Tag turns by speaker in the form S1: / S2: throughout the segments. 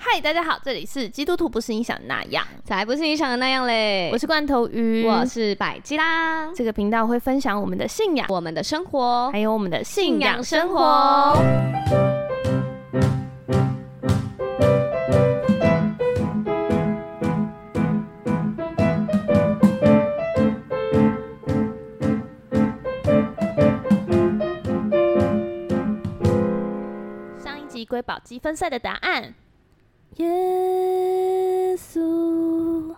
S1: 嗨，大家好，这里是基督徒不是你想的那样，
S2: 才不是你想的那样嘞！
S1: 我是罐头鱼，
S2: 我是百吉啦，
S1: 这个频道会分享我们的信仰，
S2: 我们的生活
S1: 还有我们的信
S2: 信
S1: 仰
S2: 仰
S1: 生
S2: 生
S1: 活
S2: 活。。
S1: 上一集瑰宝积分赛的答案，
S2: 耶稣，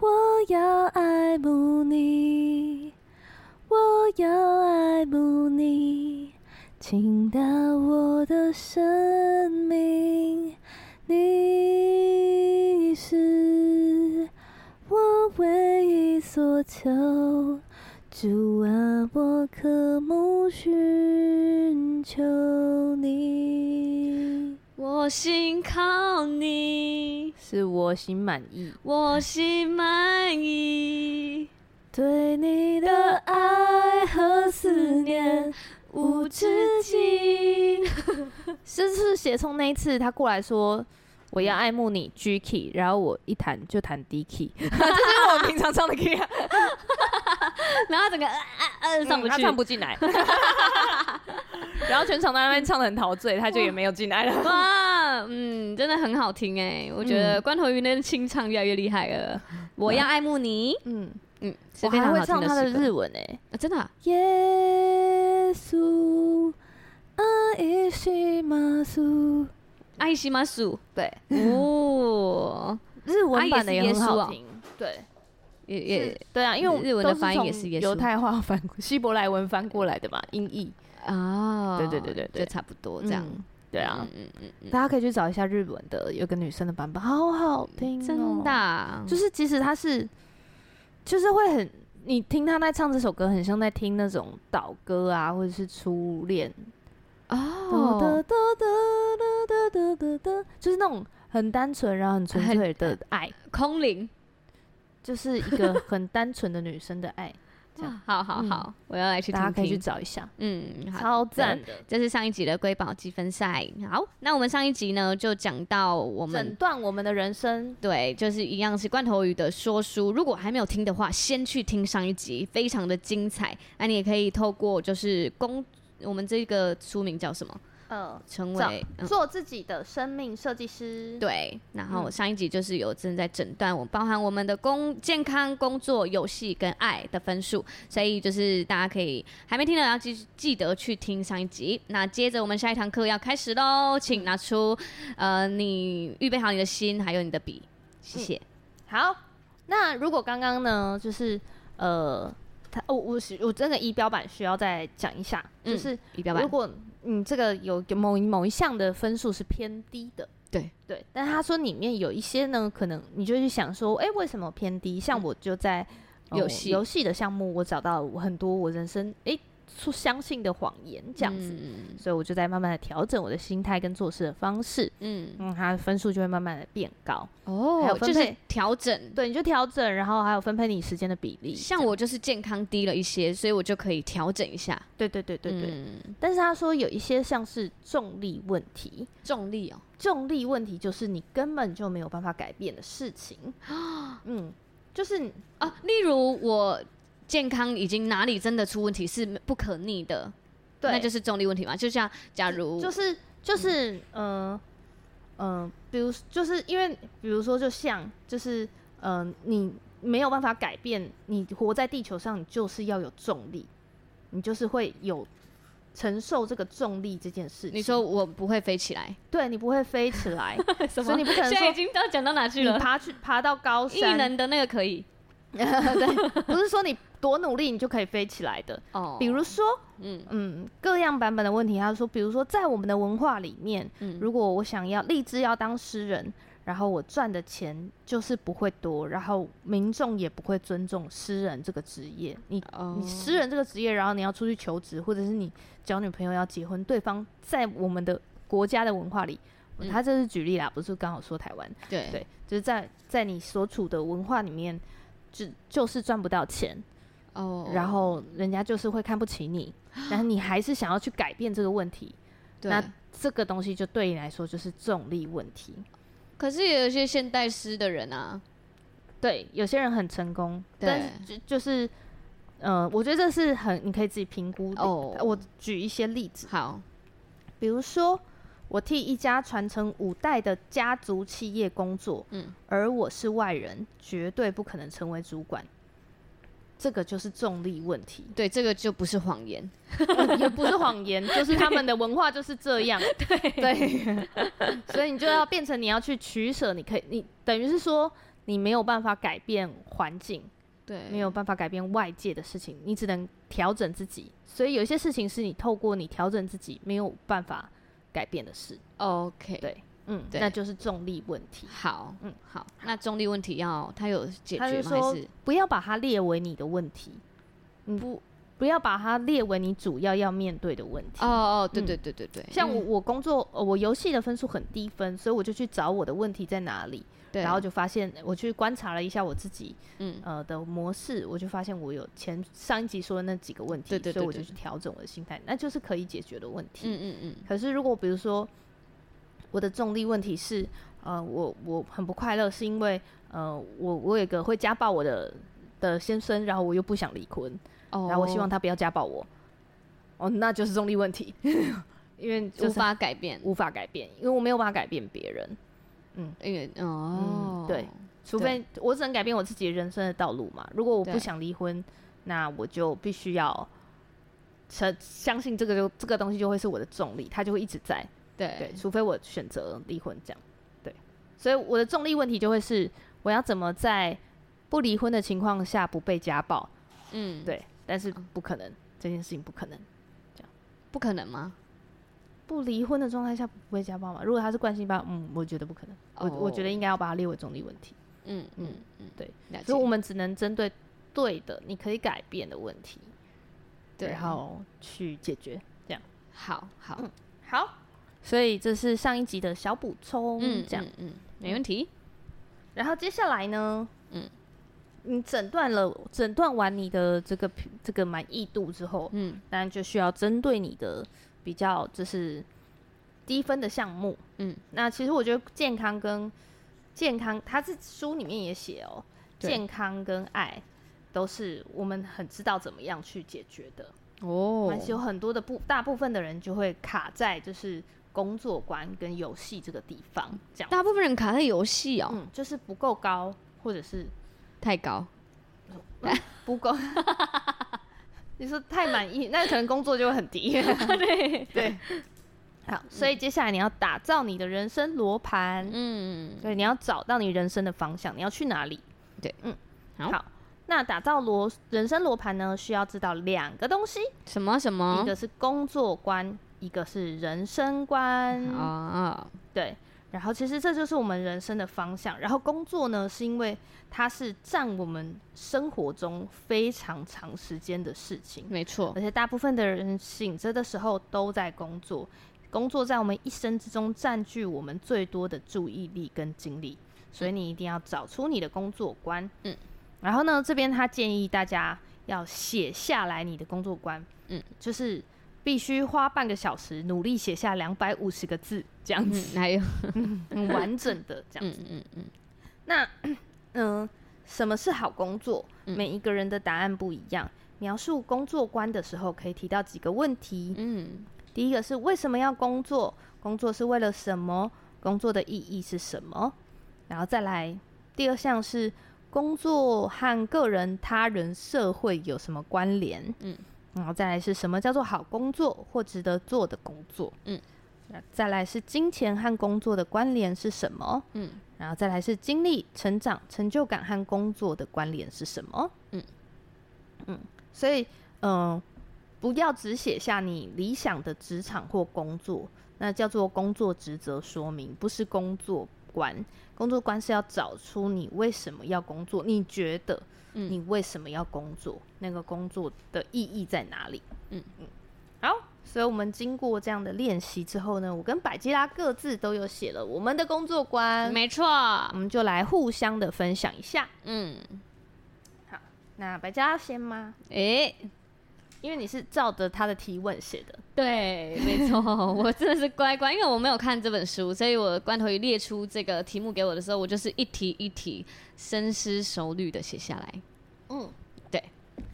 S2: 我要爱慕你，我要爱慕你，倾倒我的生命。你是我唯一所求，主啊，我渴慕寻求你。我心靠你，
S1: 是我心满意。
S2: 我心满意。对你的爱和思念无止 境。
S1: 是是写从那一次他过来说我要爱慕你 G key，然后我一弹就弹 D key，这啊就是我平常唱的 key，、啊、
S2: 然后整个呃呃呃上不
S1: 嗯他
S2: 去，
S1: 唱不进来。 然后全场在那边唱的很陶醉，他就也没有进来了。
S2: 哇，嗯，真的很好听哎、我觉
S1: 嗯
S2: 得关头鱼那清唱越来越厉害了。我要爱慕你，
S1: 嗯，
S2: 嗯，是
S1: 我
S2: 非
S1: 还
S2: 常
S1: 会
S2: 好听
S1: 唱他的
S2: 诗歌
S1: 日文诶、欸
S2: 啊真的啊、
S3: 耶稣，爱します。
S2: 爱西马苏
S1: 对，
S2: 哦，
S1: 日文版的
S2: 啊也是
S1: 也很
S2: 耶稣
S1: 好
S2: 啊
S1: 听。对，
S2: 也
S1: 也
S2: 也
S1: 对啊，因为我
S2: 日文的
S1: 都是
S2: 翻译
S1: 从
S2: 也是耶稣
S1: 犹太话翻过希伯来文翻过来的嘛，音译。
S2: 啊，
S1: 对对对对对
S2: 就差不多这样。
S1: 嗯对啊，
S2: 嗯嗯嗯
S1: 大家可以去找一下日文的，有个女生的版本，好好听、哦
S2: 嗯，真的、，啊，
S1: 就是其实她是，就是会很，你听她在唱这首歌，很像在听那种岛歌啊，或者是初恋，
S2: 哦，
S1: 就是那种很单纯，然后很纯粹的 爱，
S2: 空灵。
S1: 就是一个很单纯的女生的爱，这样
S2: 啊好好好，我要 来
S1: 嗯
S2: 去
S1: 大家
S2: 听
S1: 可以去
S2: 听。
S1: 找一下，
S2: 嗯，好。
S1: 超赞的。
S2: 这是上一集的瑰宝积分赛。好，那我们上一集呢就讲到我
S1: 诊
S2: 们
S1: 断我们的人生，
S2: 对，就是一样是罐头鱼的说书。如果还没有听的话，先去听上一集，非常的精彩。那你也可以透过就是公我们这个书名叫什么，
S1: 呃，
S2: 成
S1: 找
S2: 为、嗯、
S1: 做自己的生命设计师，
S2: 对。然后
S1: 嗯
S2: 上一集就是有正在诊断我，包含我们的工健康、工作、游戏跟爱的分数，所以就是大家可以还没听的要记记得去听上一集。那接着我们下一堂课要开始喽，请拿出呃你预备好你的心，还有你的笔，谢谢。
S1: 好，那如果刚刚呢，就是呃，他哦，我是我这个仪表板需要再讲一下，就
S2: 嗯
S1: 是
S2: 仪表板
S1: 如果你这个有有某一某一项的分数是偏低的，
S2: 对
S1: 对，但他说里面有一些呢，可能你就去想说，哎、为什么偏低？像我就在呃
S2: 嗯游戏
S1: 游戏的项目，我找到我很多我人生哎、所相信的谎言这样子。
S2: 嗯
S1: 所以我就在慢慢的调整我的心态跟做事的方式，
S2: 嗯，
S1: 嗯，它的分数就会慢慢的变高。还有
S2: 哦，
S1: 分
S2: 就
S1: 配
S2: 是调整。
S1: 对，你就调整，然后还有分配你时间的比例。
S2: 像我就是健康低了一些，所以我就可以调整一下。
S1: 对对对对对。
S2: 嗯
S1: 但是他说有一些像是重力问题，
S2: 重力哦，
S1: 重力问题就是你根本就没有办法改变的事 情。嗯，就是你
S2: 啊，例如我健康已经哪里真的出问题是不可逆的，
S1: 对，
S2: 那就是是重力问题嘛。就像假如
S1: 就是就是嗯嗯、呃呃，比如就是因为比如说就像就是嗯、呃你没有办法改变，你活在地球上，你就是要有重力，你就是会有承受这个重力这件事情。
S2: 你说我不会飞 起来，
S1: 对你不会飞起 来，
S2: 什
S1: 所以你不可能
S2: 现在
S1: 说
S2: 已经不知道讲到哪去
S1: 你
S2: 了。
S1: 爬去爬到高
S2: 异
S1: 山，
S2: 能的那个可以
S1: 对，不是说你多努力你就可以飞起来的。
S2: 哦，
S1: 比如说，
S2: 嗯
S1: 嗯，各样版本的问题，他说，比如说在我们的文化里面，
S2: 嗯
S1: 如果我想要立志要当诗人，然后我赚的钱就是不会多，然后民众也不会尊重诗人这个职业。你
S2: 哦
S1: 你诗人这个职业，然后你要出去求职，或者是你交女朋友要结婚，对方在我们的国家的文化里，
S2: 嗯
S1: 他这是举例啦，不是刚好说台湾。
S2: 对
S1: 对，就是在在你所处的文化里面，就就是赚不到钱，
S2: 哦，
S1: 然后人家就是会看不起你，然后你还是想要去改变这个问题，
S2: 对
S1: 那这个东西就对你来说就是重力问题。
S2: 可是也有一些现代诗的人啊，
S1: 对，有些人很成功，
S2: 对
S1: 但是就就是，呃，我觉得这是很你可以自己评估的。
S2: 哦
S1: 我举一些例子，
S2: 好，
S1: 比如说我替一家传承五代的家族企业工作，
S2: 嗯，
S1: 而我是外人，绝对不可能成为主管。这个就是重力问 题，
S2: 对，这个就不是谎言，
S1: 也不是谎言，就是他们的文化就是这样。对 所以你就要变成你要去取舍，你可以，你等于是说你没有办法改变环境，
S2: 对，
S1: 没有办法改变外界的事情，你只能调整自己。所以有一些事情是你透过你调整自己没有办法改变的事。
S2: OK，
S1: 对嗯，
S2: 对
S1: 那就是重力问题。
S2: 好，嗯
S1: 嗯，
S2: 好，那中立问题要他有解
S1: 他
S2: 决
S1: 就
S2: 吗？还
S1: 说
S2: 是
S1: 不要把它列为你的问题，你不不要把它列为你主要要面对的问题。
S2: 哦哦，对
S1: 嗯
S2: 对对对对，
S1: 像我
S2: 嗯，
S1: 我工作，呃我游戏的分数很低分，所以我就去找我的问题在哪里，
S2: 对，
S1: 然后就发现我去观察了一下我自己
S2: 嗯，
S1: 呃的模式，我就发现我有前上一集说的那几个问题，
S2: 对对对
S1: 所以我就
S2: 对
S1: 去调整我的心态，那就是可以解决的问题。
S2: 嗯嗯嗯，
S1: 可是如果比如说我的重力问题是，呃，我我很不快乐，是因为呃，我我有一个会家暴我的的先生，然后我又不想离婚，
S2: 哦，
S1: 然后我希望他不要家暴我，哦，那就是重力问题， 因为就
S2: 无
S1: 是
S2: 法改变，
S1: 无法改变，因为我没有办法改变别人，
S2: 因为
S1: 嗯
S2: 哦，
S1: 对除非我只能改变我自己人生的道路嘛。如果我
S2: 对
S1: 不想离婚，那我就必须要相相信这个就这个东西就会是我的重力，它就会一直在。对
S2: 对，
S1: 除非我选择离婚这样。对，所以我的重力问题就会是我要怎么在不离婚的情况下不被家暴？
S2: 嗯，
S1: 对，但是不可能，这件事情不可能。
S2: 不可能吗？
S1: 不离婚的状态下不被家暴嘛？如果他是惯性暴，嗯，我觉得不可能。我我觉得
S2: 哦
S1: 应该要把它列为重力问题。
S2: 嗯嗯
S1: 嗯
S2: 嗯，
S1: 对
S2: 了解，
S1: 所以我们只能针对对的，你可以改变的问题，
S2: 对
S1: 然后去解决。
S2: 好好，
S1: 嗯好，所以这是上一集的小补充，
S2: 嗯，
S1: 这样。
S2: 嗯嗯，没问题，
S1: 然后接下来呢，
S2: 嗯
S1: 嗯，你诊断了，诊断完你的这个评这个满意度之后，
S2: 嗯
S1: 当然就需要针对你的比较就是低分的项目，
S2: 嗯
S1: 嗯，那其实我觉得健康跟健康，它是书里面也写哦，
S2: 对
S1: 健康跟爱都是我们很知道怎么样去解决的，
S2: 哦
S1: 但是有很多的部大部分的人就会卡在就是工作观跟游戏这个地方，这样，
S2: 大部分人卡在游戏哦，
S1: 嗯，就是不够高，或者是
S2: 太高，
S1: 不 够。你说太满意，那可能工作就会很低。 对对，好，所以接下来你要打造你的人生罗盘，
S2: 嗯，
S1: 对，你要找到你人生的方向，你要去哪里？
S2: 对，
S1: 嗯，
S2: 好
S1: 好。那打造罗人生罗盘呢，需要知道两个东西，
S2: 什么什么
S1: 一个是工作观，一个是人生观。
S2: 啊，
S1: 对，然后其实这就是我们人生的方向。然后工作呢，是因为它是占我们生活中非常长时间的事情，
S2: 没错
S1: 而，且大部分的人醒着的时候都在工作，工作在我们一生之中占据我们最多的注意力跟精力，所以你一定要找出你的工作观。
S2: 嗯，
S1: 然后呢，这边他建议大家要写下来你的工作观。
S2: 嗯，
S1: 就是必须花半个小时努力写下两百五十个字这样子。
S2: 嗯，还有，
S1: 很完整的这样
S2: 嗯
S1: 子。
S2: 嗯嗯，
S1: 那嗯、什么是好工作？
S2: 嗯
S1: 每一个人的答案不一样。描述工作观的时候，可以提到几个问题。
S2: 嗯
S1: 第一个是为什么要工作？工作是为了什么？工作的意义是什么？然后再来第二项是工作和个人、他人、社会有什么关联？
S2: 嗯
S1: 嗯，然后再来是什么叫做好工作或值得做的工作？
S2: 嗯
S1: 嗯，再来是金钱和工作的关联是什么？
S2: 嗯。
S1: 然后再来是经历、成长、成就感和工作的关联是什么？
S2: 嗯
S1: 嗯嗯，所以嗯、呃不要只写下你理想的职场或工作，那叫做工作职责说明，不是工作观。工作观是要找出你为什么要工作，你觉得
S2: 嗯
S1: 你为什么要工作，那个工作的意义在哪里？
S2: 嗯
S1: 嗯嗯，好。所以，我们经过这样的练习之后呢，我跟百吉拉各自都有写了我们的工作观，
S2: 没错，
S1: 我们就来互相的分享一下。
S2: 嗯，
S1: 那白嘉要先吗？
S2: 诶、
S1: 因为你是照着他的提问写的，
S2: 对，没错， 我真的是乖乖，因为我没有看这本书，所以我罐头鱼列出这个题目给我的时候，我就是一题一题深思熟虑的写下来。
S1: 嗯，
S2: 对。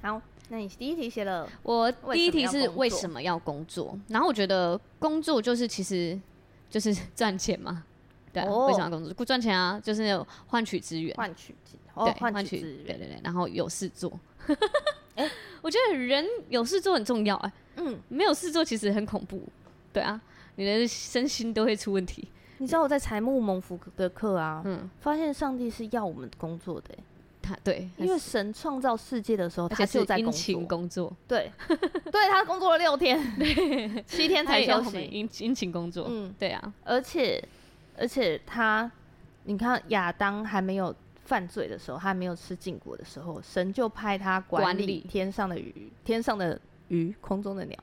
S1: 好，那你第一题写了，
S2: 我第一题是为
S1: 为什
S2: 什么要工作？然后我觉得工作就是其实就是赚钱嘛，对、啊，
S1: 哦
S2: 为什么要工作？赚钱啊，就是有换取资源，
S1: 换取资
S2: 对
S1: 哦，，
S2: 换
S1: 取资
S2: 对
S1: 源，
S2: 对对，然后有事 做。我觉得人有事做很重要、哎，
S1: 嗯，
S2: 没有事做其实很恐怖，对啊，你的身心都会出问题。
S1: 你知道我在财木蒙福的课啊，
S2: 嗯，
S1: 发现上帝是要我们工作的欸、欸
S2: 他对，
S1: 因为神创造世界的时候，
S2: 而
S1: 他
S2: 且
S1: 就是在
S2: 殷
S1: 工
S2: 勤
S1: 作，
S2: 工作，
S1: 对， 对他工作了六天，七天才
S2: 也要
S1: 休
S2: 我们
S1: 息，
S2: 殷殷勤工作，
S1: 嗯，
S2: 对啊，
S1: 而且而且他，你看亚当还没有犯罪的时候，他还没有吃禁果的时候，神就派他管
S2: 管
S1: 理
S2: 理
S1: 天上的鱼，天上的鱼，空中的 鸟，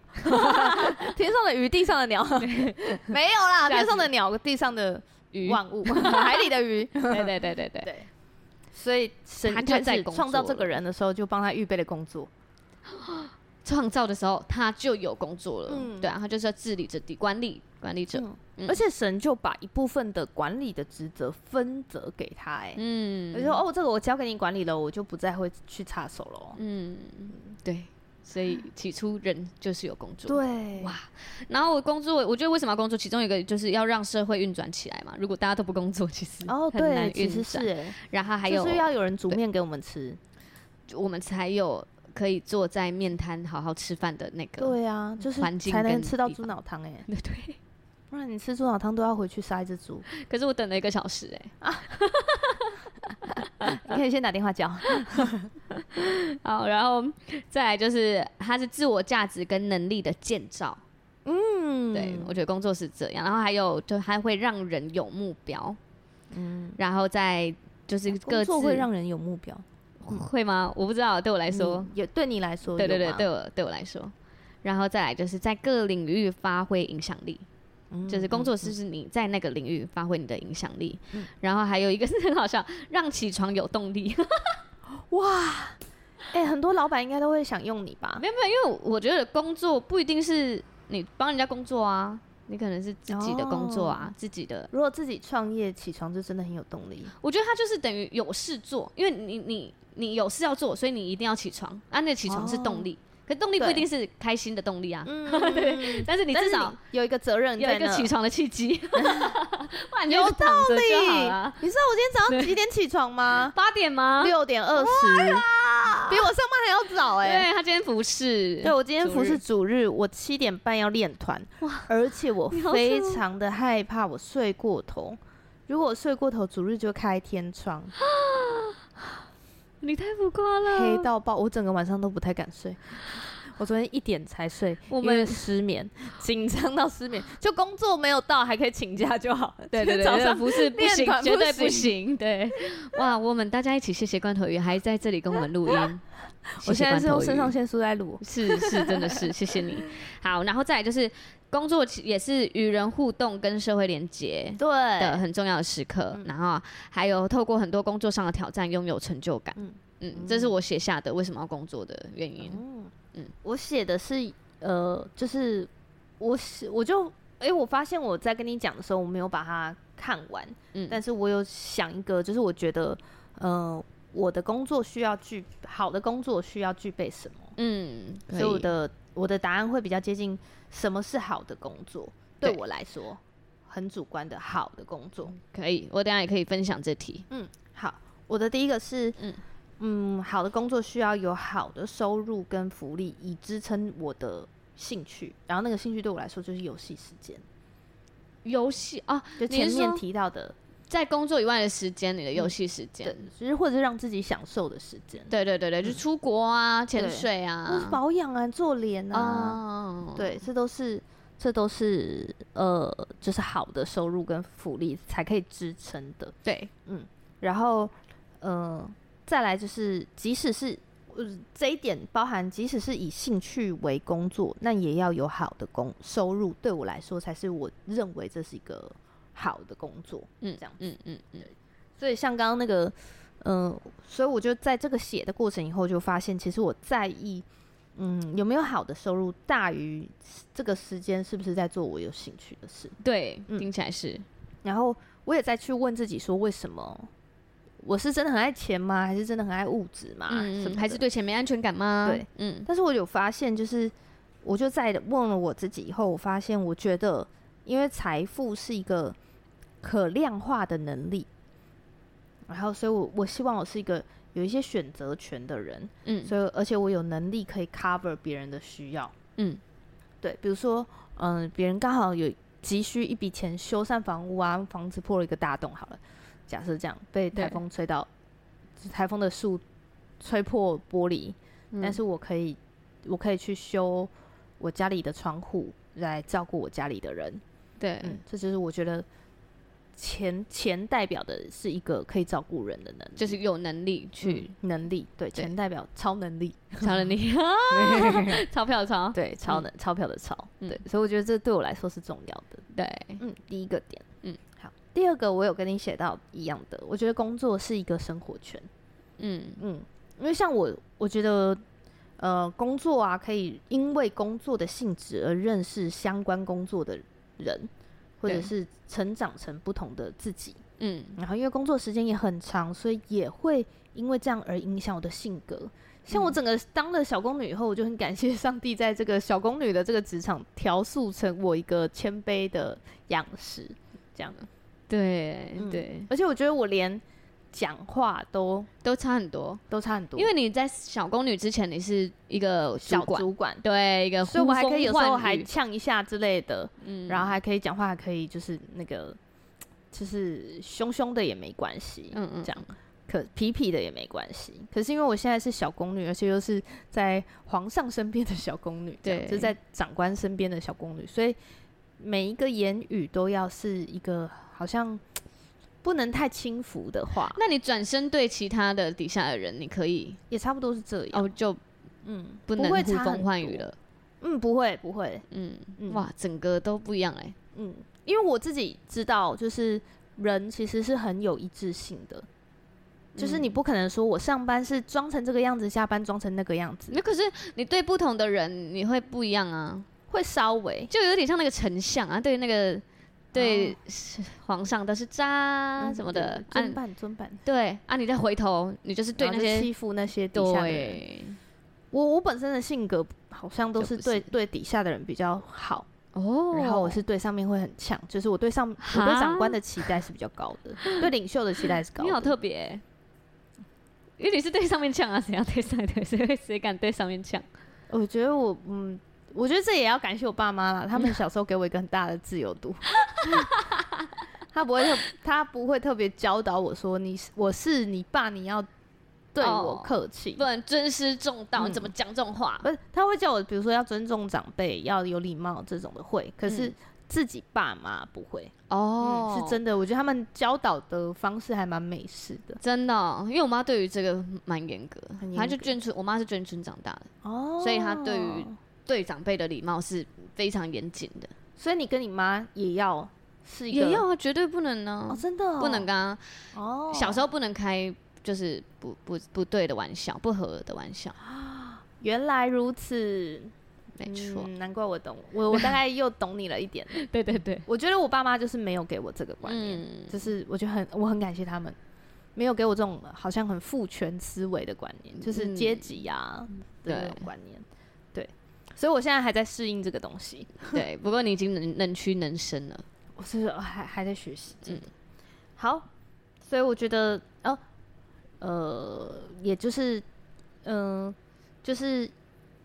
S1: 天上的鱼，地上的鸟， 没有啦，
S2: 吓死
S1: 天上的鸟，地上的
S2: 鱼，
S1: 万物， 海里的鱼，
S2: 对对对对对，
S1: 对。所以神
S2: 他就
S1: 开
S2: 在
S1: 始
S2: 工
S1: 创造
S2: 作
S1: 这个
S2: 了
S1: 人的时候，就帮他预备了工作。
S2: 创造的时候他就有工作了，
S1: 嗯
S2: 对啊，他就是要治理这地，管理管理者，嗯
S1: 而且神就把一部分的管理的职责分责给他、哎、
S2: 嗯
S1: 我就说哦，这个我交给你管理了，我就不再会去插手了哦。
S2: 嗯，对，所以起初人就是有工作，
S1: 啊对，
S2: 哇，然后我工作，我觉得为什么要工作？其中一个就是要让社会运转起来嘛。如果大家都不工作，其实
S1: 哦，
S2: 很难
S1: 对，
S2: 运
S1: 其
S2: 转。
S1: 实是哎，
S2: 然后还有
S1: 就是要有人煮面给我们吃。
S2: 我们才有可以坐在面摊好好吃饭的那个。
S1: 对啊，就是
S2: 嗯环境
S1: 才能
S2: 跟
S1: 吃到
S2: 地
S1: 猪
S2: 方
S1: 脑汤哎，
S2: 对对
S1: 不然你吃猪脑汤都要回去杀一只猪。
S2: 可是我等了一个小时哎、
S1: 你可以先打电话叫。
S2: 好，然后再来就是它是自我价值跟能力的建造。
S1: 嗯
S2: 对、我觉得工作是这样，然后还有就还会让人有目标，
S1: 嗯，
S2: 然后再就是各
S1: 工
S2: 自嗯
S1: 作会让嗯人有目标。
S2: 会吗？我不知道，对我来说。
S1: 你也对你来说，
S2: 对对对，对，我对我来说，然后再来就是在各领域发挥影响力，
S1: 嗯
S2: 就是工作
S1: 嗯
S2: 室是你在那个领域发挥你的影响力，
S1: 嗯
S2: 然后还有一个是很好笑，让起床有动力。
S1: 哇，哎，很多老板应该都会想用你吧？
S2: 没有没有，因为我觉得工作不一定是你帮人家工作啊，你可能是自己的工作
S1: 哦
S2: 啊，自己的。
S1: 如果自己创业，起床就真的很有动力。
S2: 我觉得他就是等于有事做，因为你你你有事要做，所以你一定要起床啊。那起床是
S1: 哦
S2: 动力，可动力不
S1: 对
S2: 一定是开心的动力啊。
S1: 嗯， 对，
S2: 但是你
S1: 但
S2: 至
S1: 是
S2: 少
S1: 你有一个责任
S2: 有
S1: 在
S2: 一个
S1: 那
S2: 起床的契 机，不然你就
S1: 有
S2: 是躺着就好啊了。
S1: 你知道我今天早上
S2: 对
S1: 几点起床吗？
S2: 八点吗？
S1: 六点二十，比我上班还要早哎、
S2: 对他今天不是，
S1: 对，我今天
S2: 主
S1: 服
S2: 日
S1: 是主日，我七点半要练团，而且我
S2: 你好
S1: 非
S2: 扯哦
S1: 常的害怕我睡过头。如果我睡过头，主日就开天窗，
S2: 你太浮夸了。
S1: 黑到爆，我整个晚上都不太敢睡。我昨天一点才睡，
S2: 我
S1: 因为
S2: 们
S1: 失 眠，紧张到失眠，就工作没有到，还可以请假就好。
S2: 对对 对，
S1: 早
S2: 这个
S1: 上
S2: 不是不
S1: 练
S2: 行，
S1: 团
S2: 绝
S1: 不
S2: 对不
S1: 行
S2: 行。对，哇，我们大家一起谢谢罐头鱼，还在这里跟我们录音。
S1: 我
S2: 谢谢
S1: 现在是
S2: 罐头
S1: 用肾上
S2: 鱼
S1: 腺素在录，
S2: 是是，真的是，谢谢你。好，然后再来就是工作其也是与人互动跟社会连接的
S1: 对，
S2: 很重要的时刻，
S1: 嗯
S2: 然后还有透过很多工作上的挑战拥有成就感。
S1: 嗯
S2: 嗯这是我写下的为什么要工作的原因。
S1: 嗯
S2: 嗯
S1: 我写的是呃，就是我写我就哎、我发现我在跟你讲的时候，我没有把它看完，
S2: 嗯，
S1: 但是我有想一个，就是我觉得呃，我的工作需要具好的工作需要具备什么，
S2: 嗯，
S1: 所
S2: 可
S1: 以我
S2: 以
S1: 的我的答案会比较接近什么是好的工作，对
S2: 对
S1: 我来说很主观的好的工作，
S2: 可以，我等一下也可以分享这题。
S1: 嗯，好，我的第一个是，嗯
S2: 嗯
S1: 好的工作需要有好的收入跟福利，以支撑我的兴趣。然后那个兴趣对我来说就是游戏时间，
S2: 游戏啊，
S1: 就
S2: 你
S1: 前
S2: 是
S1: 面
S2: 说
S1: 提到的，
S2: 在工作以外的时间，你的游戏时间
S1: 嗯对，，就是或者是让自己享受的时间，
S2: 对对对
S1: 嗯
S2: 对，就出国啊、潜水
S1: 或是
S2: 啊，
S1: 保养啊、做脸啊，
S2: 哦，
S1: 对，这都是这都是呃，就是好的收入跟福利才可以支撑的。
S2: 对，
S1: 然后，嗯、再来就是，即使是、呃、这一点包含，即使是以兴趣为工作，那也要有好的工收入。对我来说，才是我认为这是一个好的工作。
S2: 嗯
S1: 这样子
S2: 嗯嗯嗯，
S1: 所以像刚刚那呃个，嗯、所以我就在这个写的过程以后，就发现其实我在意嗯，有没有好的收入大于这个时间是不是在做我有兴趣的事？
S2: 对，
S1: 嗯
S2: 听起来是
S1: 然后我也再去问自己说，为什么我是真的很爱钱吗？还是真的很爱物质吗？啊什
S2: 嗯，
S1: 么
S2: 还是
S1: 的
S2: 对钱没安全感吗？
S1: 对，
S2: 嗯，
S1: 但是我有发现，就是我就在问了我自己以后，我发现我觉得，因为财富是一个可量化的能力，然后所以我我希望我是一个有一些选择权的人，
S2: 嗯，
S1: 所以而且我有能力可以 cover 别人的需要，
S2: 嗯，
S1: 对，比如说，嗯、别人刚好有急需一笔钱修缮房屋啊，房子破了一个大洞，好了，假设这样被台
S2: 对
S1: 风吹到，台风的树吹破玻璃，但
S2: 嗯
S1: 是我可以，我可以去修我家里的窗户，来照顾我家里的人。
S2: 对，
S1: 嗯，这就是我觉得钱钱代表的是一个可以照顾人的能力，
S2: 就是有能力去
S1: 嗯能力，对，
S2: 对
S1: 钱代表超能力，
S2: 超能 力， 钞票超，
S1: 对，超能超票的超，
S2: 嗯
S1: 对，所以我觉得这对我来说是重要的。
S2: 对，
S1: 嗯，第一个点，
S2: 嗯，
S1: 好，第二个我有跟你写到一样的，我觉得工作是一个生活圈。
S2: 嗯
S1: 嗯，因为像我，我觉得，呃，工作啊，可以因为工作的性质而认识相关工作的人，或者
S2: 对
S1: 是成长成不同的自己。
S2: 嗯
S1: 然后，因为工作时间也很长，所以也会因为这样而影响我的性格。像我
S2: 嗯
S1: 整个当了小宫女以后，我就很感谢 上帝在这个小宫女的这个职场调塑成我一个谦卑的样式，这样。
S2: 对
S1: 嗯
S2: 对，
S1: 而且我觉得我连讲话都
S2: 都差很多，
S1: 都差很多，
S2: 因为你在小宫女之前，你是一个主
S1: 小
S2: 管，
S1: 主管
S2: 对，一个
S1: 所以我还
S2: 呼
S1: 可以有
S2: 风
S1: 时候
S2: 唤
S1: 还
S2: 雨
S1: 呛一下之类的，
S2: 嗯
S1: 然后还可以讲话，还可以就是那个，就是凶凶的也没关系，
S2: 嗯嗯
S1: 这样，可痞痞的也没关系。可是因为我现在是小宫女，而且又是在皇上身边的小宫女，这样
S2: 对
S1: 就是在长官身边的小宫女，所以每一个言语都要是一个好像不能太轻浮的话，
S2: 那你转身对其他的底下的人，你可以
S1: 也差不多是这样。
S2: 哦，就
S1: 嗯，
S2: 不能
S1: 会
S2: 呼
S1: 差很
S2: 风唤雨
S1: 多。
S2: 了。
S1: 嗯，不会，不会。
S2: 嗯，
S1: 嗯
S2: 哇，整个都不一样哎。
S1: 嗯，因为我自己知道，就是人其实是很有一致性的，就是你
S2: 嗯
S1: 不可能说我上班是装成这个样子，下班装成那个样子
S2: 那，可是你对不同的人，你会不一样啊，
S1: 会稍微。
S2: 就有点像那个丞相啊，对那个对
S1: 哦
S2: 皇上都是渣什么的啊
S1: 嗯，尊办尊办，
S2: 对啊，你再回头，你就是对
S1: 然
S2: 那
S1: 后就
S2: 些
S1: 欺负那些底下的人。
S2: 对
S1: 我我本身的性格好像都
S2: 就是不
S1: 对
S2: 是
S1: 对底下的人比较好，
S2: 哦，
S1: 然后我是对上面会很呛，就是我对上我对长官的期待是比较高的，对领袖的期待是高
S2: 你好
S1: 的。
S2: 特别欸，因为你是对上面呛啊，谁要对上对谁谁敢对上面呛？
S1: 我觉得我嗯，我觉得这也要感谢我爸妈啦，他们 小时候给我一个很大的自由度。 他不会特，他不会特别教导我说你是我是你爸，你要对我
S2: 哦
S1: 客气。
S2: 不能尊师重
S1: 嗯
S2: 道，你怎么讲这种话？
S1: 不是，他会叫我，比如说要尊重长辈，要有礼貌这种的会。可是
S2: 嗯
S1: 自己爸妈不会，
S2: 哦
S1: 嗯，是真的。我觉得他们教导的方式还蛮美式的
S2: 真的哦、因为我妈对于这个蛮严格
S1: 很，严
S2: 她就
S1: 格
S2: 眷村，我妈是眷村长大的，
S1: 哦
S2: 所以他对于对长辈的礼貌是非常严谨的，
S1: 所以你跟你妈也要是一个
S2: 也要啊，绝对不能呢、
S1: 哦，真的、哦、
S2: 不能跟她
S1: 哦，
S2: 小时候不能开就是不不不对的玩笑，不合的玩笑，
S1: 原来如此，
S2: 没错，
S1: 嗯难怪我懂，我我大概又懂你了一点了。
S2: 对对对，
S1: 我觉得我爸妈就是没有给我这个观念，
S2: 嗯，
S1: 就是我觉得很我很感谢他们，没有给我这种好像很父权思维的观念，就是阶级啊的那种
S2: 嗯对
S1: 观念。对，所以我现在还在适应这个东西，
S2: 对，不过你已经能能屈能伸了，
S1: 我是哦还还在学习。嗯，好，所以我觉得哦，呃，也就是嗯、呃就是。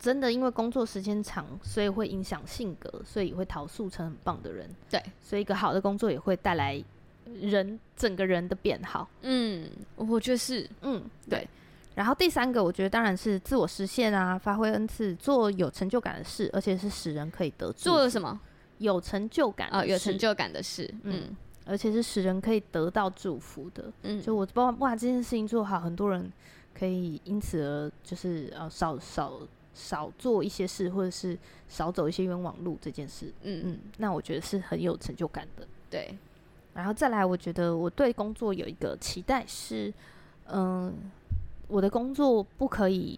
S1: 真的，因为工作时间长，所以会影响性格，所以也会陶塑成很棒的人。
S2: 对，
S1: 所以一个好的工作也会带来人整个人的变好。
S2: 嗯，我觉得是，
S1: 嗯，
S2: 对
S1: 对。然后第三个，我觉得当然是自我实现啊，发挥恩赐，做有成就感的事，而且是使人可以得助
S2: 做了什
S1: 么
S2: 么
S1: 有成就感
S2: 啊、
S1: 的
S2: 有
S1: 事
S2: 成，就感的事，嗯
S1: 嗯，而且是使人可以得到祝福的。
S2: 嗯，
S1: 就我把把这件事情做好，很多人可以因此而就是呃少少少做一些事，或者是少走一些冤枉路这件事。
S2: 嗯
S1: 嗯，那我觉得是很有成就感的。
S2: 对，
S1: 然后再来，我觉得我对工作有一个期待是，嗯，我的工作不可以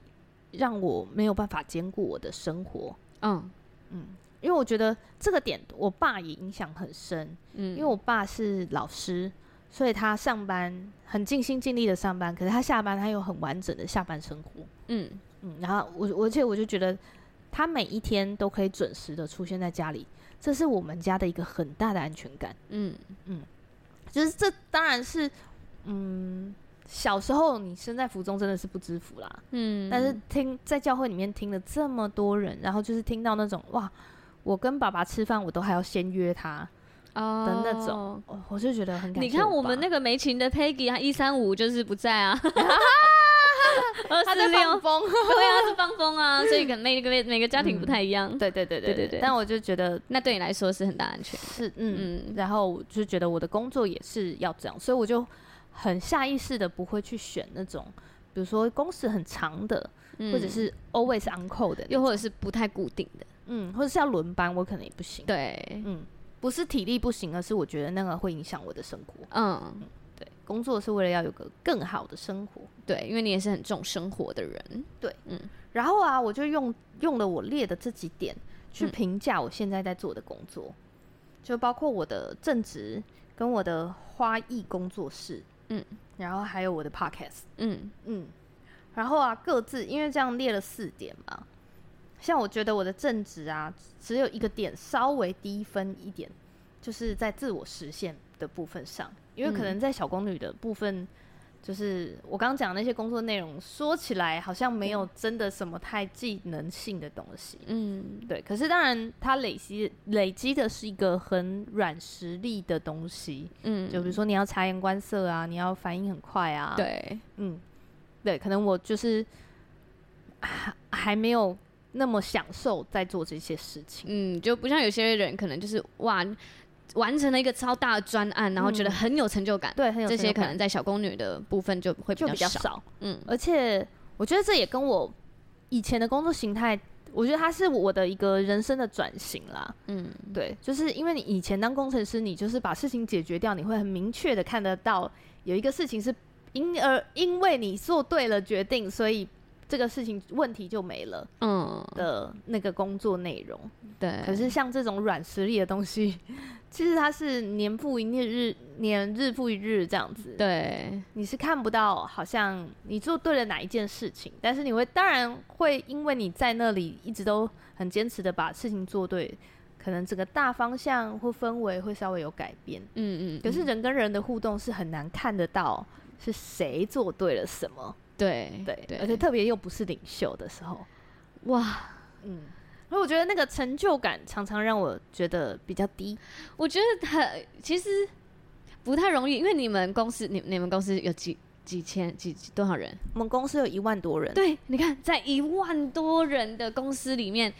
S1: 让我没有办法兼顾我的生活。
S2: 嗯
S1: 嗯，因为我觉得这个点我爸也影响很深，
S2: 嗯，
S1: 因为我爸是老师，所以他上班很尽心尽力的上班，可是他下班他有很完整的下班生活。
S2: 嗯
S1: 嗯，然后我我而且我就觉得他每一天都可以准时的出现在家里，这是我们家的一个很大的安全感。
S2: 嗯
S1: 就是这当然是，嗯，小时候你身在福中真的是不知福啦。
S2: 嗯，
S1: 但是听在教会里面听了这么多人，然后就是听到那种哇，我跟爸爸吃饭我都还要先约他的
S2: 哦
S1: 那种，哦我就觉得很感谢
S2: 你看
S1: 我
S2: 我们那
S1: 个
S2: 个没琴的 Peggy，她一三五就是不在 啊，二
S1: 他
S2: 四
S1: 在放
S2: 六，
S1: 风，
S2: 对啊，是放风啊，所以可能每个每个家庭不太一样。
S1: 对对对对
S2: 对对
S1: 对
S2: 对
S1: 对。但我就觉得
S2: 嗯那对你来说是很大安全。
S1: 是嗯，
S2: 嗯
S1: 然后我就觉得我的工作也是要这样，所以我就很下意识的不会去选那种，比如说工时很长的，
S2: 嗯
S1: 或者是 always on call 的那种，
S2: 又或者是不太固定的，
S1: 嗯，或者是要轮班，我可能也不行。，
S2: 对，
S1: 嗯，不是体力不行，而是我觉得那个会影响我的生活。
S2: 嗯，
S1: 对，工作是为了要有个更好的生活。
S2: 对，因为你也是很重生活的人，
S1: 然后啊，我就用用了我列的这几点去
S2: 嗯
S1: 评价我现在在做的工作，就包括我的正职跟我的花艺工作室，
S2: 嗯，
S1: 然后还有我的 podcast，
S2: 嗯
S1: 嗯，然后啊，各自因为这样列了四点嘛，像我觉得我的正职啊，只有一个点稍微低分一点，就是在自我实现的部分上，因为可能在小宫女的部分，就是我刚刚讲的那些工作内容，说起来好像没有真的什么太技能性的东西。
S2: 嗯
S1: 对，可是当然，它累积累积的是一个很软实力的东西，
S2: 嗯，
S1: 就比如说你要察言观色啊，你要反应很快啊，
S2: 对，
S1: 嗯，对，可能我就是还还没有那么享受在做这些事情。
S2: 嗯，就不像有些人可能就是哇，完成了一个超大的专案，然后觉得
S1: 嗯
S2: 很有成就感，
S1: 对，很有
S2: 这些
S1: 成就
S2: 可
S1: 感
S2: 能在小宫女的部分就会
S1: 就比较
S2: 少，
S1: 少，
S2: 嗯
S1: 而且我觉得这也跟我以前的工作形态，我觉得它是我的一个人生的转型啦。
S2: 嗯
S1: 对，就是因为你以前当工程师，你就是把事情解决掉，你会很明确的看得到有一个事情是因而因为你做对了决定，所以这个事情问题就没了
S2: 嗯，
S1: 的那个工作内容。
S2: 对，
S1: 可是像这种软实力的东西， 其实它是年复一日、年日复一日这样子。，
S2: 对，
S1: 你是看不到，好像你做对了哪一件事情，但是你会当然会因为你在那里一直都很坚持的把事情做对，可能整个大方向或氛围会稍微有改变。
S2: 嗯嗯，
S1: 可是
S2: 嗯
S1: 人跟人的互动是很难看得到是谁做对了什么，
S2: 对
S1: 对，
S2: 对，
S1: 而且特别又不是领袖的时候，
S2: 哇，
S1: 嗯，所以我觉得那个成就感常常让我觉得比较低。
S2: 我觉得很其实不太容易，因为你们公司你你们公司有几几千几几多少人？
S1: 我们公司有一万多人，啊
S2: 对，你看在一万多人的公司里面，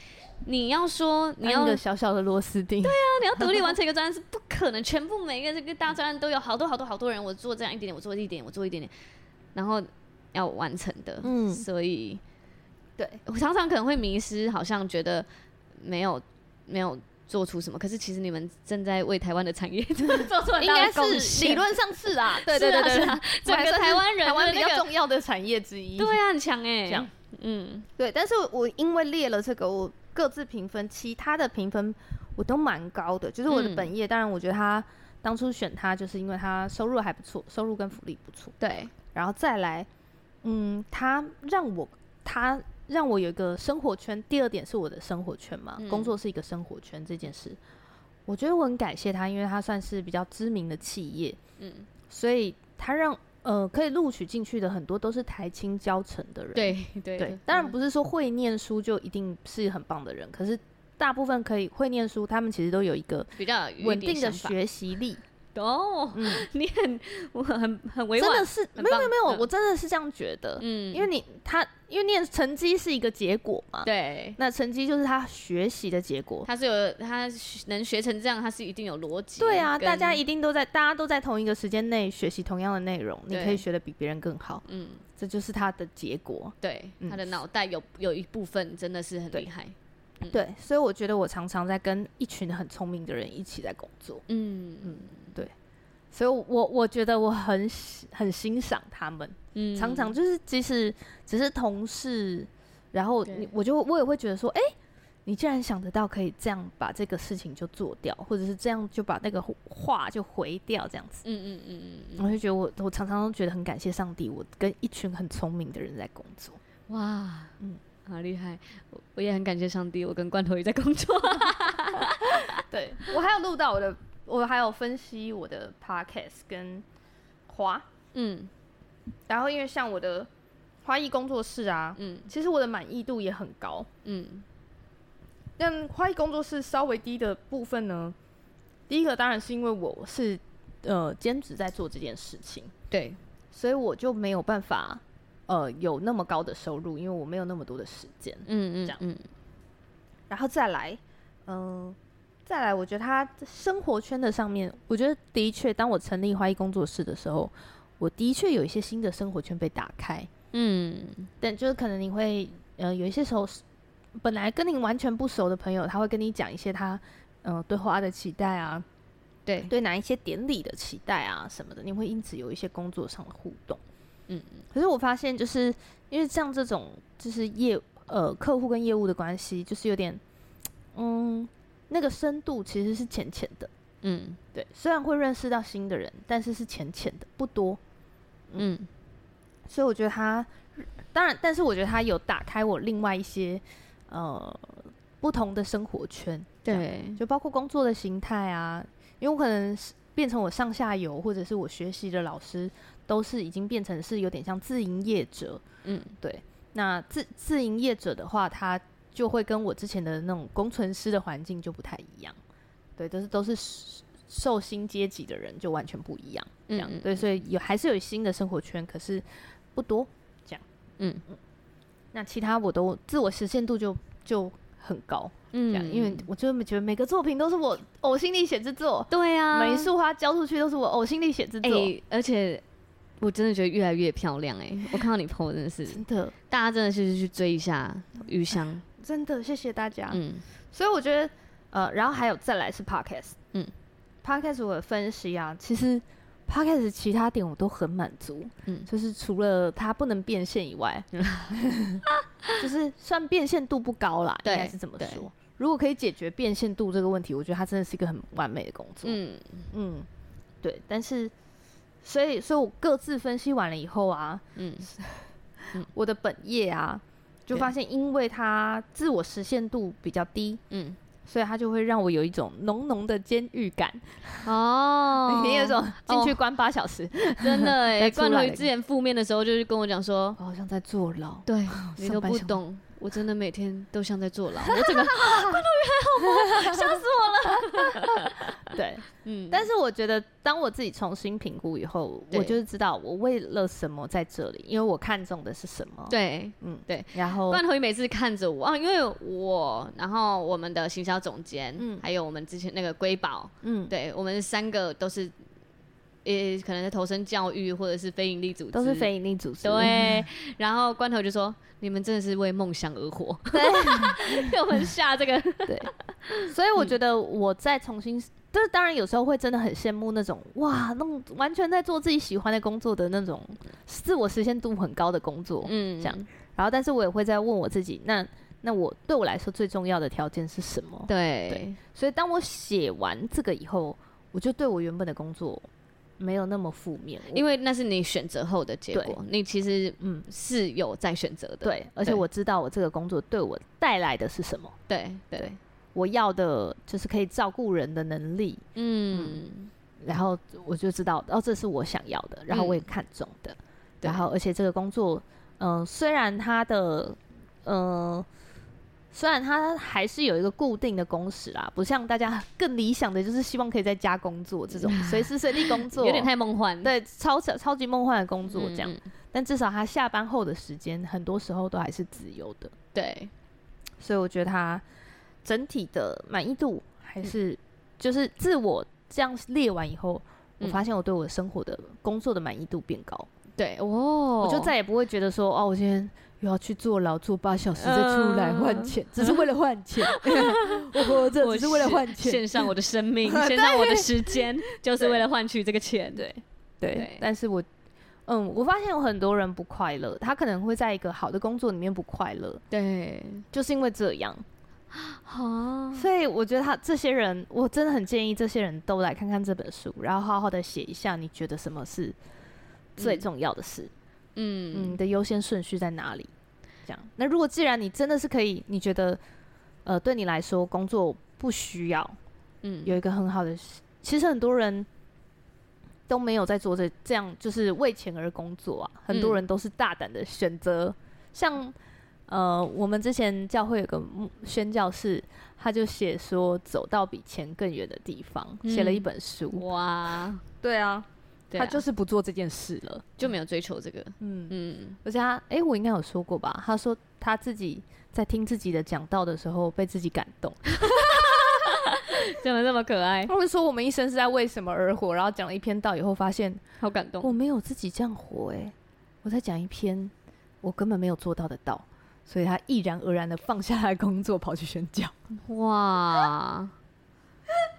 S2: 你要说你
S1: 你
S2: 要
S1: 要个小小的螺丝钉，对啊，
S2: 你要独立完成一个专案是不可能，全部每一个这个大专案都有好多好多好多人，我做这样一点点，我做一点点，我做一点点，然后要完成的，嗯，
S1: 嗯
S2: 所以
S1: 对，
S2: 我常常可能会迷失，好像觉得没有没有做出什么，可是其实你们正在为台湾的产业做出很
S1: 应
S2: 大
S1: 该
S2: 的贡
S1: 是
S2: 献，
S1: 理论上是 啊，对
S2: 是
S1: 对
S2: 啊
S1: 对对，对
S2: 是啊
S1: 我
S2: 整
S1: 还
S2: 个
S1: 算
S2: 台
S1: 是
S2: 湾人
S1: 台湾
S2: 的
S1: 比
S2: 那
S1: 较
S2: 个
S1: 重要的产业之一，
S2: 对啊，很强哎、
S1: 这样
S2: 嗯
S1: 对，但是我因为列了这个，我各自评分，其他的评分我都蛮高的，就是我的
S2: 嗯
S1: 本业，当然我觉得他当初选他就是因为他收入还不错，收入跟福利不错，
S2: 对，
S1: 然后再来，嗯，他让我他让我有一个生活圈。第二点是我的生活圈嘛，
S2: 嗯
S1: 工作是一个生活圈这件事，我觉得我很感谢他，因为他算是比较知名的企业，
S2: 嗯
S1: 所以他让呃可以录取进去的很多都是台青教成的人。
S2: 对对嗯
S1: 对，嗯当然不是说会念书就一定是很棒的人，可是大部分可以会念书，他们其实都有一个
S2: 比较有一
S1: 稳
S2: 点
S1: 定的
S2: 想法
S1: 学习力。
S2: 哦，
S1: 嗯，
S2: 你很我很很委
S1: 真
S2: 婉
S1: 的，是
S2: 很
S1: 没有没有
S2: 棒
S1: 没有，
S2: 嗯
S1: 我真的是这样觉得。
S2: 嗯
S1: 因为你他因为念成绩是一个结果嘛，
S2: 对。
S1: 那成绩就是他学习的结果。
S2: 他是有他学能学成这样，他是一定有逻辑。
S1: 对啊，
S2: 跟
S1: 大家一定都在，大家都在同一个时间内学习同样的内容，你
S2: 对
S1: 可以学的比别人更好，
S2: 嗯，
S1: 这就是他的结果。
S2: 对，
S1: 嗯
S2: 他的脑袋有有一部分真的是很
S1: 对
S2: 厉害。嗯
S1: 对，所以我觉得我常常在跟一群很聪明的人一起在工作，
S2: 嗯
S1: 所以我我觉得我很喜很欣赏他们，
S2: 嗯
S1: 常常就是即使只是同事，然后你
S2: 对
S1: 我就我也会觉得说，哎、你既然想得到可以这样把这个事情就做掉，或者是这样就把那个话就回掉，这样子，
S2: 嗯嗯嗯嗯嗯，
S1: 我就觉得我我常常都觉得很感谢上帝，我跟一群很聪明的人在工作。
S2: 哇，嗯
S1: 嗯，
S2: 好厉害！我我也很感谢上帝，我跟罐头鱼在工作。
S1: 对我还有录到我的，我还有分析我的 podcast 跟花，
S2: 嗯
S1: 然后因为像我的花艺工作室啊，
S2: 嗯
S1: 其实我的满意度也很高，
S2: 嗯
S1: 但花艺工作室稍微低的部分呢，第一个当然是因为我是呃兼职在做这件事情，
S2: 对，
S1: 所以我就没有办法呃有那么高的收入，因为我没有那么多的时间。
S2: 嗯
S1: 这
S2: 嗯
S1: 样
S2: 嗯，
S1: 然后再来，嗯、再来，我觉得他生活圈的上面，我觉得的确，当我成立花艺工作室的时候，我的确有一些新的生活圈被打开，
S2: 嗯
S1: 但就是可能你会呃有一些时候是，本来跟你完全不熟的朋友，他会跟你讲一些他呃对花的期待啊，
S2: 对，
S1: 对哪一些典礼的期待啊什么的，你会因此有一些工作上的互动。
S2: 嗯，
S1: 可是我发现，就是因为像这种就是业呃客户跟业务的关系，就是有点嗯那个深度其实是浅浅的。
S2: 嗯
S1: 对，虽然会认识到新的人，但是是浅浅的，不多。
S2: 嗯
S1: 所以我觉得他，当然，但是我觉得他有打开我另外一些呃不同的生活圈，
S2: 对，
S1: 就包括工作的形态啊，因为我可能是变成我上下游，或者是我学习的老师，都是已经变成是有点像自营业者。
S2: 嗯
S1: 对，那自自营业者的话，他就会跟我之前的那种工程师的环境就不太一样。对，都是都是受受薪阶级的人，就完全不一样。
S2: 这
S1: 这样、对，所以有还是有新的生活圈，可是不多这样。
S2: 嗯
S1: 那其他我都自我实现度就就很高，这
S2: 嗯
S1: 样，因为我就觉得每个作品都是我呕心沥血之作，
S2: 对啊，
S1: 每一束花交出去都是我呕心沥血之
S2: 哎、
S1: 作，
S2: 而且我真的觉得越来越漂亮哎、我看到你 PO 真的是，
S1: 真的
S2: 大家真的是去追一下余香，
S1: 真的谢谢大家。
S2: 嗯
S1: 所以我觉得，呃，然后还有再来是 podcast，
S2: 嗯
S1: ，podcast 我的分析啊，其实 podcast 其他点我都很满足，
S2: 嗯
S1: 就是除了它不能变现以外， 就是算变现度不高啦，应
S2: 嗯对
S1: 该是这么
S2: 对
S1: 说。如果可以解决变现度这个问题，我觉得它真的是一个很完美的工作。
S2: 嗯
S1: 嗯，对，但是。所以，所以我各自分析完了以后啊，
S2: 嗯
S1: 我的本业啊，就
S2: 对
S1: 发现因为它自我实现度比较低，
S2: 嗯，
S1: 所以它就会让我有一种浓浓的监狱感，，
S2: 哦
S1: 也有一种进去
S2: 哦
S1: 关八小时，
S2: 真的哎、
S1: 再出
S2: 罐头
S1: 来
S2: 鱼之前负面的时候就是跟我讲说，
S1: 我好像在坐牢。
S2: 对你
S1: 上
S2: 都
S1: 班
S2: 不
S1: 上班
S2: 懂，我真的每天都像在坐 牢，我整个
S1: 对，
S2: 嗯，
S1: 但是我觉得当我自己重新评估以后，
S2: 对
S1: 我就是知道我为了什么在这里，因为我看中的是什么。，
S2: 对。
S1: 嗯
S2: 对。
S1: 然后
S2: 罐头鱼每次看着我啊，因为我，然后我们的行销总监，
S1: 嗯
S2: 还有我们之前那个瑰宝，
S1: 嗯，
S2: 对我们三个都是，呃，可能在投身教育或者是非营利组织，
S1: 都是非营利组织。
S2: 对。然后关头就说：“你们真的是为梦想而活。对” 给我们下 这个，
S1: 对，所
S2: 嗯
S1: 以我觉得我再重新，就是当然有时候会真的很羡慕那种哇，那种完全在做自己喜欢的工作的那种自我实现度很高的工作。
S2: 嗯，
S1: 这样然后，但是我也会在问我自己，那那我对我来说最重要的条件是什么？
S2: 对
S1: 对，所以当我写完这个以后，我就对我原本的工作没有那么负面，
S2: 因
S1: 为
S2: 为那是你选择后的结果，你其实
S1: 嗯
S2: 是有在选择的，
S1: 对，而且我知道我这个工作对我带来的是什么，
S2: 对对
S1: 对，我要的就是可以照顾人的能力，
S2: 嗯，
S1: 然后我就知道哦，这是我想要的，然后我也看中的，
S2: 嗯对
S1: 然后而且这个工作，嗯、虽然它的，呃，虽然它还是有一个固定的工时啦，不像大家更理想的就是希望可以在家工作这 种随时随地工作，
S2: 有点太梦幻，
S1: 对超超级梦幻的工作
S2: 嗯
S1: 这样，
S2: 嗯
S1: 但至少他下班后的时间，很多时候都还是自由的，
S2: 对，
S1: 所以我觉得他整体的满意度还是、就是自我这样列完以后，
S2: 嗯
S1: 我发现我对我生活的工作的满意度变高，
S2: 对，哦，
S1: 我就再也不会觉得说哦，我今天又要去坐牢坐八小时再出来
S2: 嗯
S1: 换钱，只是为了换 钱，我活着
S2: 我
S1: 只是为了换钱。
S2: 献上我的生 命，献上我的时间，就是为了换取这个钱，对
S1: 对
S2: 对
S1: 但是我嗯，我发现有很多人不快乐，他可能会在一个好的工作里面不快乐，
S2: 对，
S1: 就是因为这样。
S2: 好，
S1: 所以我觉得他这些人，我真的很建议这些人都来看看这本书，然后好好的写一下，你觉得什么是最重要的事，嗯，
S2: 嗯
S1: 你的优先顺序在哪里？这样。那如果既然你真的是可以，你觉得呃对你来说工作不需要，
S2: 嗯，
S1: 有一个很好的事，其实很多人都没有在做这这样，就是为钱而工作啊。很多
S2: 嗯
S1: 人都是大胆的选择，像呃，我们之前教会有个牧宣教士，他就写说走到比钱更远的地方，写、了一
S2: 嗯
S1: 本书。
S2: 哇，
S1: 对啊，
S2: 对
S1: 他
S2: 啊
S1: 就是不做这件事了。
S2: 就没有追求这个，
S1: 嗯，
S2: 嗯，
S1: 而且他，哎、我应该有说过吧？他说他自己在听自己的讲道的时候被自己感动。
S2: 真的这么可爱，
S1: 他会说我们一生是在为什么而活，然后讲了一篇道以后，发现
S2: 好感动，
S1: 哦我没有自己这样活哎、我在讲一篇我根本没有做到的道，所以他毅然而然的放下来工作，跑去宣教。
S2: 哇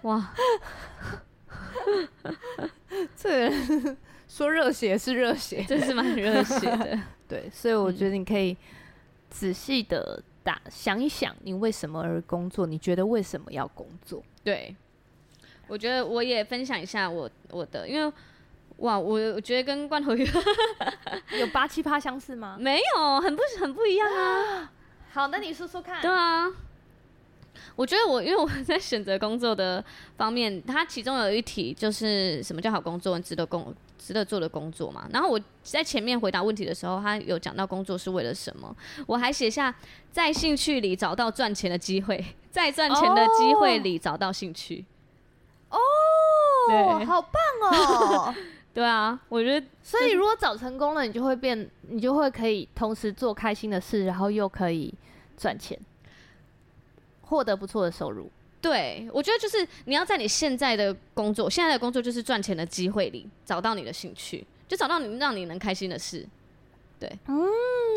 S2: 哇，
S1: 这个人说热血是热血，
S2: 真是蛮热血的，
S1: 对，所以我觉得你可以仔细的打想一想，你为什么而工作？你觉得为什么要工作？
S2: 对，我觉得我也分享一下我我的，因为哇，我我觉得跟罐头鱼
S1: 有八七八相似吗？
S2: 没有很不很不一样啊。
S1: 好，那你说说看
S2: 对啊，我觉得我因为我在选择工作的方面，它其中有一题就是什么叫好工作，值得工值得做的工作嘛。然后我在前面回答问题的时候，他有讲到工作是为了什么，我还写下在兴趣里找到赚钱的机会，在赚钱的机会里找到兴趣。
S1: 哦
S2: 对，
S1: 好棒 哦！
S2: 对啊，我觉得
S1: 所以如果找成功了，你就会变，你就会可以同时做开心的事，然后又可以赚钱，获得不错的收入。
S2: 对，我觉得就是你要在你现在的工作，现在的工作就是赚钱的机会里找到你的兴趣，就找到你让你能开心的事。对，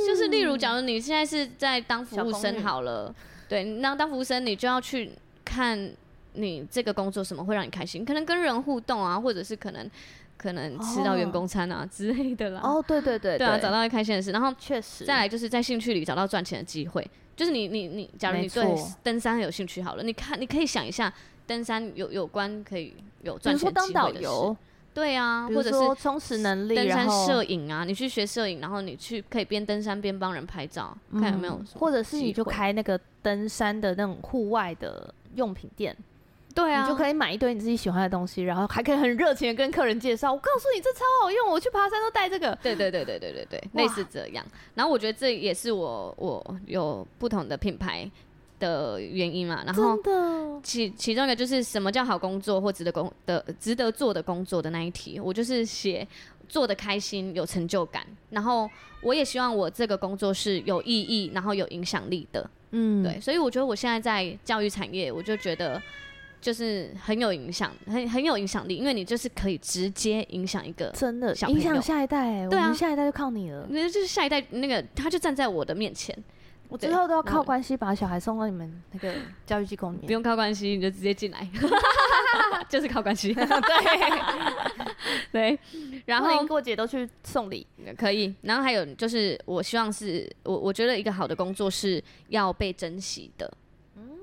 S2: 就是例如，假如你现在是在当服
S1: 嗯
S2: 务
S1: 小公
S2: 生
S1: 寓
S2: 好了，对，你当当服务生，你就要去看你这个工作什么会让你开心，可能跟人互动啊，或者是可能可能吃到员
S1: 哦
S2: 工餐啊、之类的啦。，
S1: 哦，对对对
S2: 对啊，找到开心的事，然后
S1: 确实，
S2: 再来就是在兴趣里找到赚钱的机会，就是你你你，假如
S1: 没
S2: 你对
S1: 错
S2: 登山有兴趣好了，你看你可以想一下登山有有关可以有
S1: 比
S2: 赚
S1: 如
S2: 钱
S1: 说
S2: 机
S1: 当导
S2: 会的事
S1: 游，，
S2: 对啊，
S1: 比
S2: 或
S1: 如
S2: 者
S1: 说
S2: 是
S1: 充实能力，
S2: 登
S1: 然
S2: 山
S1: 后
S2: 摄影啊，你去学摄影，然后你去可以边登山边帮人拍照，看有没有
S1: 嗯
S2: 什么
S1: 或者是你
S2: 机
S1: 就
S2: 会
S1: 开那个登山的那种户外的用品店，
S2: 对啊，
S1: 你就可以买一堆你自己喜欢的东西，然后还可以很热情的跟客人介绍，我告诉你这超好用，我去爬山都带这个。
S2: 对对对对对对对，类似这样。然后我觉得这也是我我有不同的品牌的原因嘛，然后
S1: 真的，
S2: 其其中一个就是什么叫好工作或值得工的值得做的工作的那一题，我就是写做的开心有成就感，然后我也希望我这个工作是有意义，然后有影响力的，
S1: 嗯
S2: 对，，所以我觉得我现在在教育产业，我就觉得就是很有影响，很很有影响力，因为你就是可以直接影响一个
S1: 真的
S2: 小
S1: 影
S2: 朋
S1: 响
S2: 友
S1: 下一代、欸，
S2: 对
S1: 我
S2: 啊
S1: 们下一代就靠你了。
S2: 那就是下一代那个，他就站在我的面前，
S1: 我
S2: 对
S1: 之后都要
S2: 那
S1: 靠
S2: 我
S1: 关系把小孩送到你们那 个教育机构里
S2: 不
S1: 面。
S2: 用靠关系，你就直接进来， 就是靠关系。对对，然
S1: 过
S2: 后
S1: 年过节都去送礼，
S2: 可以，然后还有就是，我希望是我我觉得一个好的工作是要被珍惜的，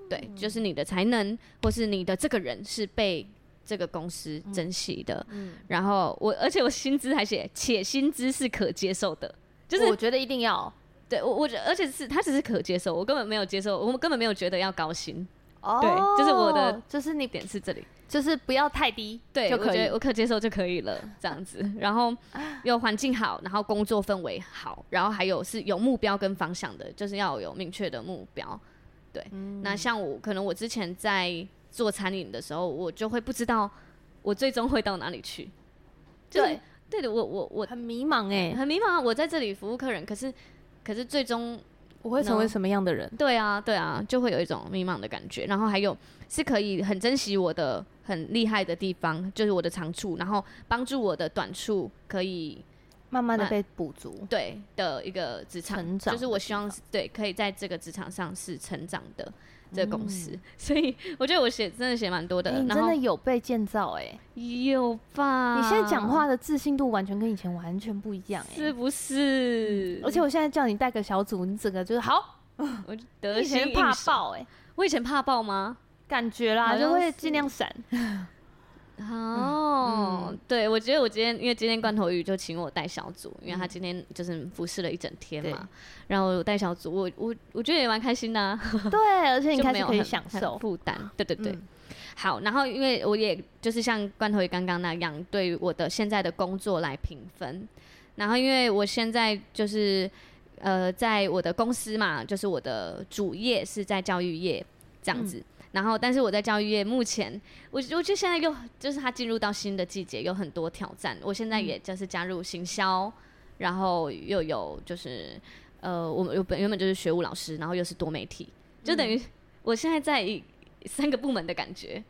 S2: 对，
S1: 嗯
S2: 就是你的才能或是你的这个人是被这个公司珍惜的。
S1: 嗯，
S2: 然后我而且我薪资还写，且薪资是可接受的。就
S1: 我
S2: 是
S1: 觉得一定要
S2: 对我，我觉得而且是他只是可接受，我根本没有接受，我们根本没有觉得要高薪，
S1: 哦
S2: 对就是我的，
S1: 就是你
S2: 点是这里。
S1: 就是不要太低，
S2: 对，
S1: 就
S2: 我
S1: 可
S2: 觉
S1: 以啊
S2: 得我。可接受就可以了，这样子。然后有环境好，然后工作氛围好，然后还有是有目标跟方向的，就是要有明确的目标。对，
S1: 嗯
S2: 那像我可能我之前在做餐饮的时候，我就会不知道我最终会到哪里去。就是
S1: 对，
S2: 对的，我我我
S1: 很迷茫哎、
S2: 很迷茫啊，我在这里服务客人，可是可是最终
S1: 我会成为什么样的人？
S2: 对啊，对啊，就会有一种迷茫的感觉。然后还有是可以很珍惜我的很厉害的地方，就是我的长处，然后帮助我的短处可以
S1: 慢慢的
S2: 慢
S1: 被补足。
S2: 对的一个职场
S1: 成长
S2: 就是我
S1: 的
S2: 希
S1: 地
S2: 望
S1: 方
S2: 是对可以在这个职场上是成长的这个公司，所以我觉得我写真的写蛮多的，
S1: 嗯哎，你
S2: 然
S1: 真
S2: 后
S1: 的有被建造哎！
S2: 有吧？
S1: 你现在讲话的自信度完全跟以前完全不一样
S2: 是
S1: 哎！
S2: 不
S1: 嗯
S2: 是？
S1: 而且我现在叫你带个小组，你整个就是好，
S2: 我就
S1: 你
S2: 得
S1: 以前
S2: 心
S1: 怕
S2: 应手，
S1: 爆哎，
S2: 我以前怕爆吗？
S1: 感觉啦，
S2: 好
S1: 就
S2: 像
S1: 会
S2: 是
S1: 尽量闪。
S2: 哦、
S1: 嗯
S2: 对，我觉得我今天因为今天罐头鱼就请我带小组，因为
S1: 嗯
S2: 他今天就是服侍了一整天嘛，然后我带小组，我我我觉得也蛮开心的、啊，
S1: 对，而且你
S2: 就
S1: 开
S2: 没
S1: 始
S2: 有
S1: 可以
S2: 很
S1: 享
S2: 很
S1: 受。
S2: 负担，对对对。
S1: 嗯
S2: 好，然后因为我也就是像罐头鱼刚刚那样，对于我的现在的工作来评分。然后因为我现在就是呃，在我的公司嘛，就是我的主业是在教育业这样子。然后，但是我在教育业目前，我我觉得现在又就是它进入到新的季节，有很多挑战。我现在也就是加入行销，然后又有就是呃，我们本原本就是学务老师，然后又是多媒体，就等于
S1: 嗯
S2: 我现在在一三个部门的感觉。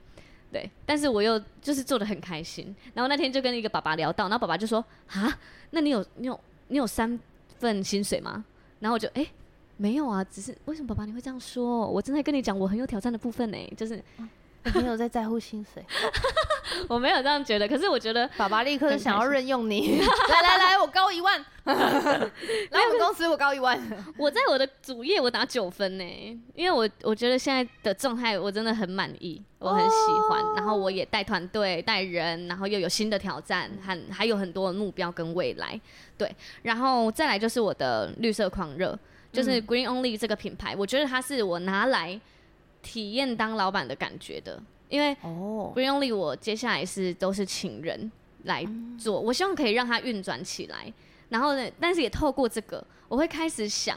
S2: 对，但是我又就是做的很开心。然后那天就跟一个爸爸聊到，然后爸爸就说：“啊，那你有你有你有三份薪水吗？”然后我就哎、诶没有啊，只是为什么爸爸你会这样说？我正在跟你讲我很有挑战的部分呢、就是
S1: 我嗯没有在在乎薪水，
S2: 我没有这样觉得，可是我觉得
S1: 爸爸立刻就
S2: 很
S1: 想要
S2: 开心
S1: 任用你。 来来来，我高一万，来我们公司我高一 万。
S2: 我在我的主业我打九分呢、因为我我觉得现在的状态我真的很满意，我很喜欢，然后我也带团队带人，然后又有新的挑战，还还有很多的目标跟未来，对，然后再来就是我的绿色狂热，就是 Green Only 这个品牌，我觉得它是我拿来体验当老板的感觉的，因为
S1: 哦，
S2: Green Only 我接下来是都是请人来
S1: 嗯
S2: 做，我希望可以让它运转起来。然后呢，但是也透过这个，我会开始想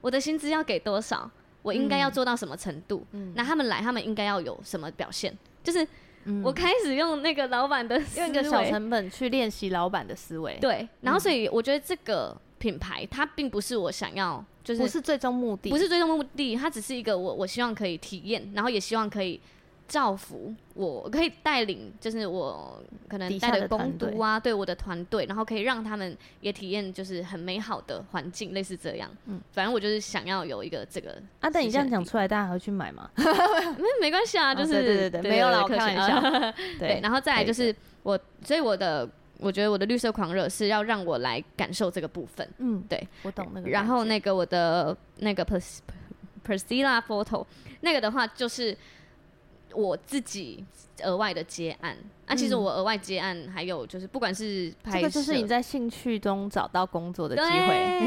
S2: 我的薪资要给多少，我应该要做到什么程度，
S1: 嗯
S2: 那他们来，他们应该要有什么表现，就是
S1: 嗯
S2: 我开始用那个老板的思
S1: 用一个小
S2: 维
S1: 成嗯本去练习老板的思维，，
S2: 对，然后所以我觉得这个品牌它并不是我想要，就是
S1: 不是最终目的，
S2: 不是最终目的，它只是一个我我希望可以体验，然后也希望可以造福我，可以带领，就是我可能
S1: 底
S2: 带
S1: 下的
S2: 工
S1: 团队
S2: 读啊，对我的团队，然后可以让他们也体验就是很美好的环境，类似这样。嗯
S1: 嗯，
S2: 反正我就是想要有一个这个
S1: 啊。但你这样讲
S2: 实
S1: 出来，大家还会去买吗？
S2: 现的地，没没关系啊，
S1: 啊
S2: 就是、
S1: 对对对对没有啦我开玩笑。
S2: 客气 啊 对，然后再
S1: 可
S2: 来
S1: 以
S2: 就是我，所以我的我觉得我的绿色狂热是要让我来感受这个部分。
S1: 嗯，
S2: 对，
S1: 我懂那个感觉。
S2: 然后那个我的那个 Pers Priscilla Photo 那个的话，就是我自己额外的接案。那、其实
S1: 嗯
S2: 我额外接案，还有就是不管是拍
S1: 这
S2: 摄，
S1: 个就是你在兴趣中找到工作的机会，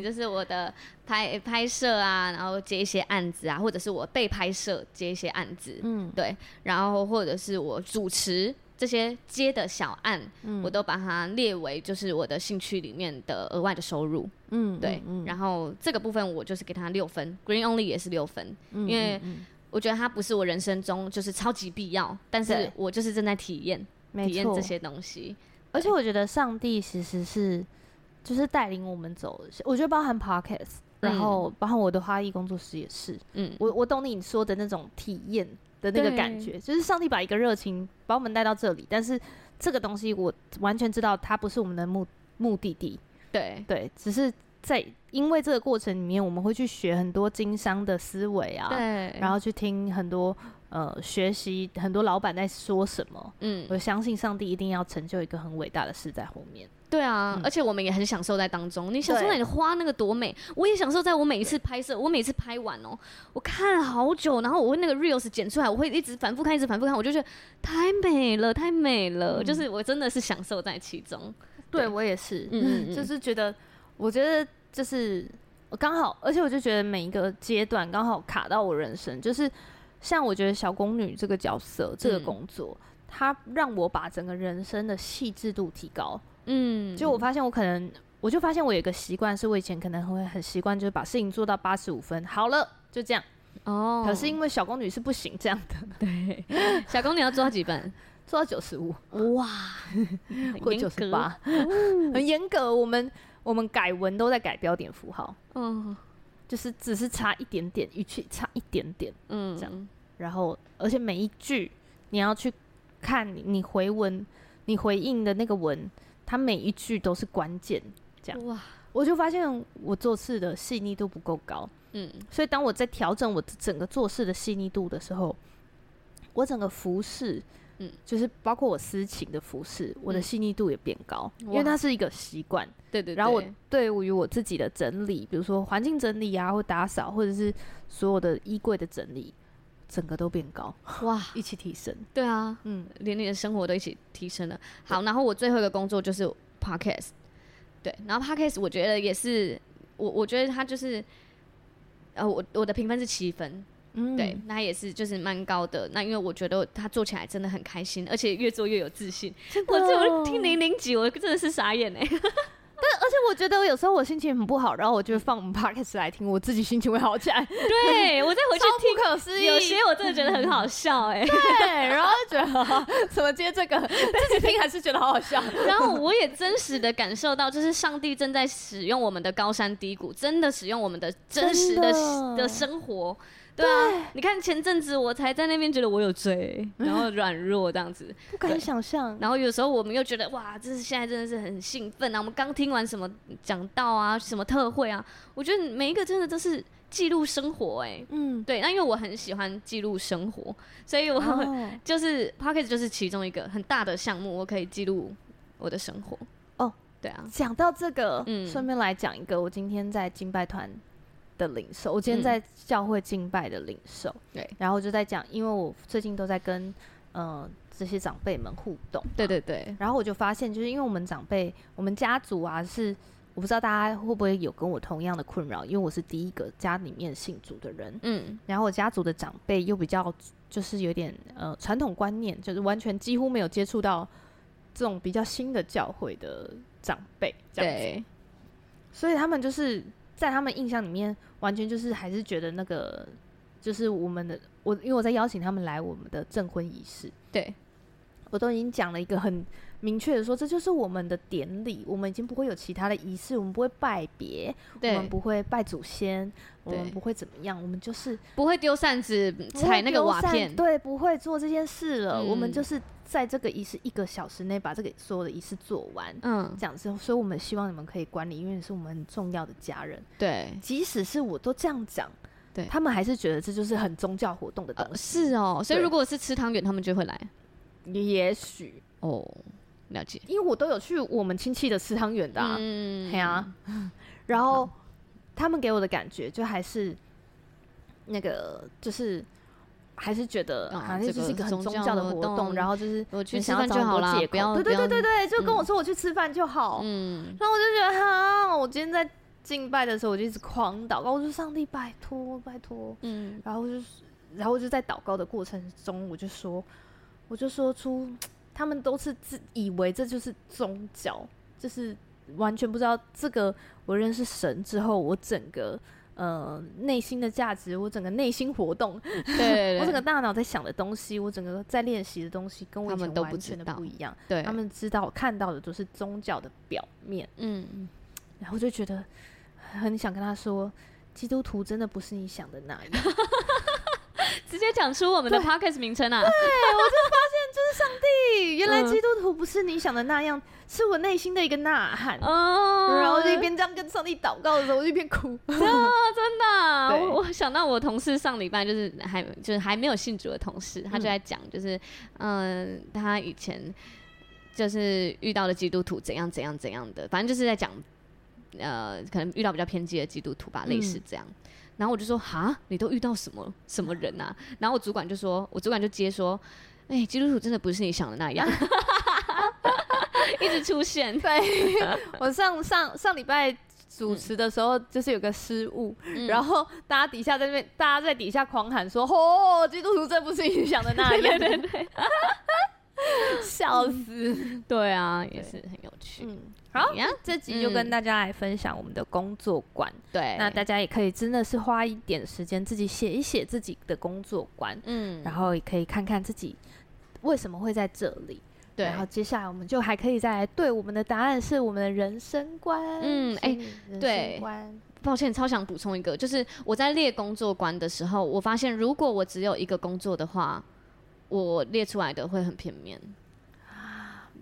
S2: 对，就是我的拍拍摄啊，然后接一些案子啊，或者是我被拍摄接一些案子，
S1: 嗯
S2: 对，然后或者是我主持这些接的小案，
S1: 嗯
S2: 我都把它列为就是我的兴趣里面的额外的收入。
S1: 嗯
S2: 对，然后这个部分我就是给他六分，Green Only 也是六分，
S1: 嗯
S2: 因为我觉得它不是我人生中就是超级必要，但是
S1: 对
S2: 我就是正在体验体
S1: 没
S2: 验
S1: 错
S2: 这。些东西。
S1: 而且我觉得上帝其实是就是带领我们走，我觉得包含 podcast，然后包含我的花艺工作室也是，
S2: 嗯，
S1: 我我懂你说的那种体验的那个感觉，就是上帝把一个热情把我们带到这里，但是这个东西我完全知道它不是我们的目目的地，
S2: 对
S1: 对，只是在因为这个过程里面，我们会去学很多经商的思维啊，
S2: 对，
S1: 然后去听很多呃学习很多老板在说什么。
S2: 嗯，
S1: 我相信上帝一定要成就一个很伟大的事在后面。
S2: 对啊，
S1: 嗯
S2: 而且我们也很享受在当中。你享受
S1: 对
S2: 在你的花那个多美，我也享受在我每一次拍摄，我每次拍完哦，我看好久，然后我会那个 reels 剪出来，我会一直反复看，一直反复看，我就觉得太美了，太美了，
S1: 嗯
S2: 就是我真的是享受在其中。对
S1: 我也是
S2: 嗯嗯 嗯
S1: 就是觉得，我觉得就是我刚好，而且我就觉得每一个阶段刚好卡到我人生，就是像我觉得小宫女这个角色，这个
S2: 嗯
S1: 工作，它让我把整个人生的细致度提高。
S2: 嗯，
S1: 就我发现我可能，我就发现我有一个习惯，是我以前可能会很习惯，就是把事情做到八十五分，好了，就这样。
S2: 哦，
S1: 可是因为小宫女是不行这样的，
S2: 小公你要做到几本？
S1: 做到九十五
S2: 哇，
S1: 或九十八，哦 很严格。我们我们改文都在改标点符号，
S2: 嗯
S1: 就是只是差一点点，语气差一点点。
S2: 嗯，
S1: 这样然后，而且每一句你要去看你你回文，你回应的那个文，它每一句都是关键。这
S2: 哇，
S1: 我就发现我做事的细腻度不够高，
S2: 嗯，
S1: 所以当我在调整我整个做事的细腻度的时候，我整个服饰，
S2: 嗯
S1: 嗯，就是包括我私情的服饰，我的
S2: 嗯
S1: 细腻度也变高，因
S2: 哇
S1: 为它是一个习惯。
S2: 对对对。
S1: 然后我对于我自己的整理，比如说环境整理啊，或打扫，或者是所有的衣柜的整理，整个都变高，
S2: 哇，
S1: 一起提升。
S2: 对啊，
S1: 嗯，
S2: 连你的生活都一起提升了。好，然后我最后一个工作就是 podcast，对，然后 podcast 我觉得也是，我我觉得它就是，呃，我我的评分是七分，
S1: 嗯
S2: 对，那它也是就是蛮高的。那因为我觉得它做起来真的很开心，而且越做越有自信。我这
S1: 哦
S2: 我听零零几，我真的是傻 眼哎、
S1: 而且我觉得有时候我心情很不好，然后我就会放 podcast 来听，我自己心情会好起来，
S2: 对我再回去
S1: 超不
S2: 听。
S1: 可思议。
S2: 有些我真的觉得很好笑哎、
S1: 对，然后就觉得哈怎么接这个， 自己听还是觉得好好笑。
S2: 然后我也真实的感受到，就是上帝正在使用我们的高山低谷，真的使用我们的真实的
S1: 真的
S2: 的生活。对啊，你看前阵子我才在那边觉得我有罪，然后软弱这样子，
S1: 不敢想象，
S2: 然后有时候我们又觉得哇，这是现在真的是很兴奋啊！我们刚听完什么讲道啊，什么特会啊，我觉得每一个真的都是记录生活哎、
S1: 嗯，
S2: 对，那因为我很喜欢记录生活，所以我、
S1: 哦
S2: 就是 p o c k e t 就是其中一个很大的项目，我可以记录我的生活。
S1: 哦，
S2: 对啊，
S1: 讲到这个，
S2: 嗯
S1: 顺便来讲一个，我今天在敬拜团的领受，我今天
S2: 嗯
S1: 在教会敬拜的领受，
S2: 对，
S1: 然后我就在讲，因为我最近都在跟呃这些长辈们互动，
S2: 对对对，
S1: 然后我就发现，就是因为我们长辈，我们家族啊，是我不知道大家会不会有跟我同样的困扰，因为我是第一个家里面信主的人，
S2: 嗯，
S1: 然后我家族的长辈又比较就是有点呃传统观念，就是完全几乎没有接触到这种比较新的教会的长辈这样子，
S2: 对，
S1: 所以他们就是在他们印象里面，完全就是还是觉得那个就是我们的我，因为我在邀请他们来我们的证婚仪式，
S2: 对，
S1: 我都已经讲了一个很明确的说，这就是我们的典礼，我们已经不会有其他的仪式，我们不会拜别，我
S2: 对
S1: 们，不会拜祖先，我
S2: 对
S1: 们不会怎么样，我们就是
S2: 不会丢扇子、
S1: 不会
S2: 踩那个
S1: 丢
S2: 瓦
S1: 散
S2: 片，
S1: 对，不会做这件事了。我们
S2: 嗯
S1: 就是在这个仪式一个小时内把这个所有的仪式做完，
S2: 嗯，
S1: 这样子。所以我们希望你们可以管理，因为你是我们很重要的家人。
S2: 对，
S1: 即使是我都这样讲，
S2: 对
S1: 他们还是觉得这就是很宗教活动的东
S2: 呃，
S1: 西。
S2: 是哦，所以
S1: 对
S2: 如果是吃汤圆，他们就会来
S1: 也许，
S2: 哦，了解，
S1: 因为我都有去我们亲戚的吃汤圆的、啊，
S2: 嗯
S1: 嘿啊， 然后他们给我的感觉就还是那个，就是还是觉得
S2: 哦
S1: 好像
S2: 这
S1: 就是一
S2: 个
S1: 个很
S2: 宗
S1: 宗
S2: 教
S1: 教的
S2: 活
S1: 活
S2: 动
S1: 动，然后就是
S2: 我去
S1: 你
S2: 吃
S1: 想要
S2: 饭
S1: 找
S2: 就
S1: 很多
S2: 好啦
S1: 借
S2: 不要
S1: 口对对
S2: 不要
S1: 对对哦对，就跟我
S2: 嗯
S1: 说我去吃饭就好。
S2: 嗯，
S1: 然后我就觉得哈，我今天在敬拜的时候，我就一直狂祷告，我说上帝拜托拜托，
S2: 嗯，
S1: 然后就是，然后就在祷告的过程中，我就说，我就说出他们都是自以为这就是宗教，就是完全不知道这个。我认识神之后，我整个呃内心的价值，我整个内心活动，
S2: 对
S1: 我
S2: 对
S1: 整个
S2: 对，
S1: 大脑在想的东西，我整个在练习的东西，跟我
S2: 他
S1: 以
S2: 们
S1: 前
S2: 都不
S1: 完
S2: 知
S1: 全的
S2: 道
S1: 不一样。
S2: 对，
S1: 他们知道看到的都是宗教的表面。
S2: 嗯，
S1: 然后就觉得很想跟他说，基督徒真的不是你想的那样。对，
S2: 直接讲出我们的 podcast 名称啊，
S1: 原来
S2: 嗯
S1: 基督徒不是你想的那样，是我内心的一个呐喊。
S2: 哦，
S1: 然后就一边这样跟上帝祷告的时候，我就一边哭。
S2: 真的啊，
S1: 对
S2: 我我想到我同事上礼拜就是还就是还没有信主的同事，他就在讲就是嗯、他以前就是遇到的基督徒怎样怎样怎样的，反正就是在讲呃可能遇到比较偏激的基督徒吧，
S1: 嗯
S2: 类似这样。然后我就说哈，你都遇到什么什么人啊？然后我主管就说，我主管就接说，哎、基督徒真的不是你想的那样， 一直出 现，
S1: 对，我上上上礼拜主持的时候，就是有个失误，然后大家底下在那边，大家在底下狂喊说：“哦，基督徒真不是你想的那样。” 对对对，笑死。
S2: 对啊，也是很有趣。
S1: 嗯，好，
S2: 呀，
S1: 这集就跟大家来分享我们的工作观。
S2: 对，
S1: 那大家也可以真的是花一点时间自己写一写自己的工作观，
S2: 嗯，
S1: 然后也可以看看自己为什么会在这里。
S2: 对，
S1: 然后接下来我们就还可以再来对我们的答案是我们的人生观。
S2: 嗯
S1: 哎
S2: 哎，
S1: 人
S2: 对
S1: 生观，
S2: 抱歉，超想补充一个，就是我在列工作观的时候，我发现如果我只有一个工作的话，我列出来的会很片面。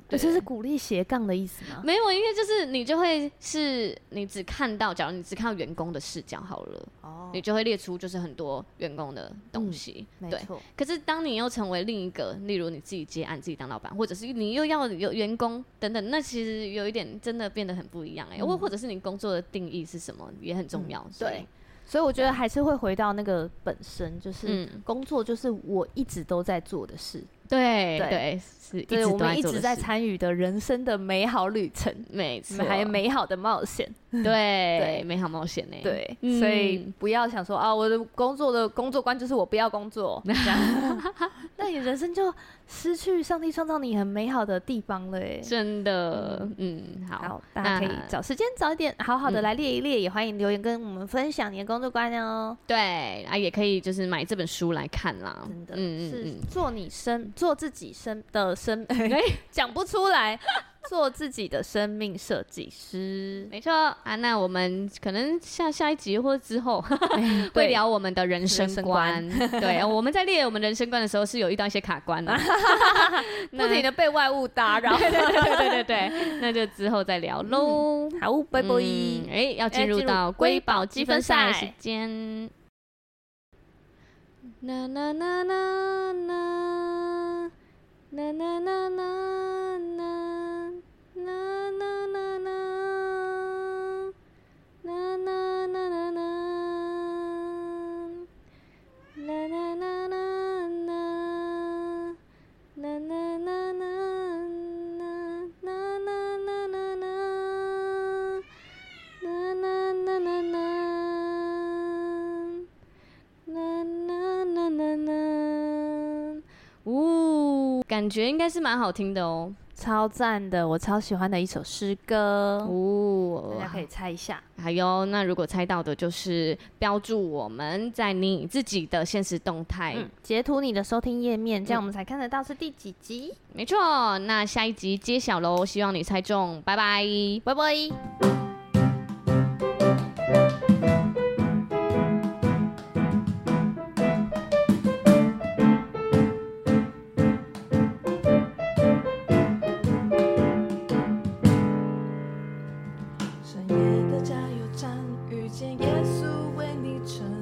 S1: 这
S2: 对
S1: 是鼓励斜杠的意思吗？
S2: 没有，因为就是你就会是你只看到，假如你只看到员工的视角好了，
S1: 哦嗯
S2: 你就会列出就是很多员工的东西。
S1: 没
S2: 对，
S1: 错，
S2: 可是当你又成为另一个，例如你自己接案、自己当老板，或者是你又要有员工等等，那其实有一点真的变得很不一样哎、欸。或、
S1: 嗯
S2: 或者是你工作的定义是什么也很重要。所以
S1: 对，啊所以我觉得还是会回到那个本身，就是
S2: 嗯，
S1: 工作就是我一直都在做的事，
S2: 对
S1: 对
S2: 对，是一直
S1: 对我
S2: 都
S1: 们一
S2: 做
S1: 直
S2: 的
S1: 在
S2: 事，
S1: 参与的人生的美好旅程，
S2: 没错，
S1: 还有美好的冒险。
S2: 对
S1: 对
S2: 美好冒险呢、欸。
S1: 对，
S2: 嗯
S1: 所以不要想说啊，我的工作的工作观就是我不要工 作，这样那你人生就失去上帝创造你很美好的地方了哎。
S2: 真的，嗯，好，
S1: 好，大家可以
S2: 那
S1: 找时间早一点，好好的
S2: 嗯
S1: 来列一列，也欢迎留言跟我们分享你的工作观哦。
S2: 对啊，也可以就是买这本书来看啦，
S1: 真的，
S2: 嗯
S1: 是
S2: 嗯
S1: 做你生做自己生的生， 讲不出来，做自己的生命设计师
S2: 嗯，。没错啊。那我们可能下下一集或之后会
S1: 对
S2: 聊我们的人生
S1: 人生
S2: 观
S1: 观，
S2: 对，哦我们在列我们人生观的时候是有遇到一些卡 关的，
S1: 不停的被外物打扰。
S2: 对对对对对对，那就之后再
S1: 嗯
S2: 聊喽。
S1: 好，拜拜。
S2: 嗯哎，要进入
S1: 进入
S2: 到瑰
S1: 瑰
S2: 宝
S1: 宝
S2: 积
S1: 积
S2: 分
S1: 分
S2: 赛
S1: 赛
S2: 时间。啦啦啦啦啦啦啦啦啦啦啦啦啦啦啦啦啦啦啦。啦啦啦啦啦，啦啦啦啦啦，啦啦啦啦啦，啦啦啦啦啦，啦啦啦啦啦。呜，感觉应该是蛮好听的哦。
S1: 超赞的，我超喜欢的一首诗歌，
S2: 呜
S1: 哦大家可以猜一下。
S2: 还有，那如果猜到的，就是标注我们在你自己的现实动态。
S1: 嗯，截图你的收听页面，这样我们才看得到是第几集。
S2: 没错，那下一集揭晓喽，希望你猜中，拜拜。
S1: 拜拜。
S3: 深夜的加油站，遇见耶稣为你撑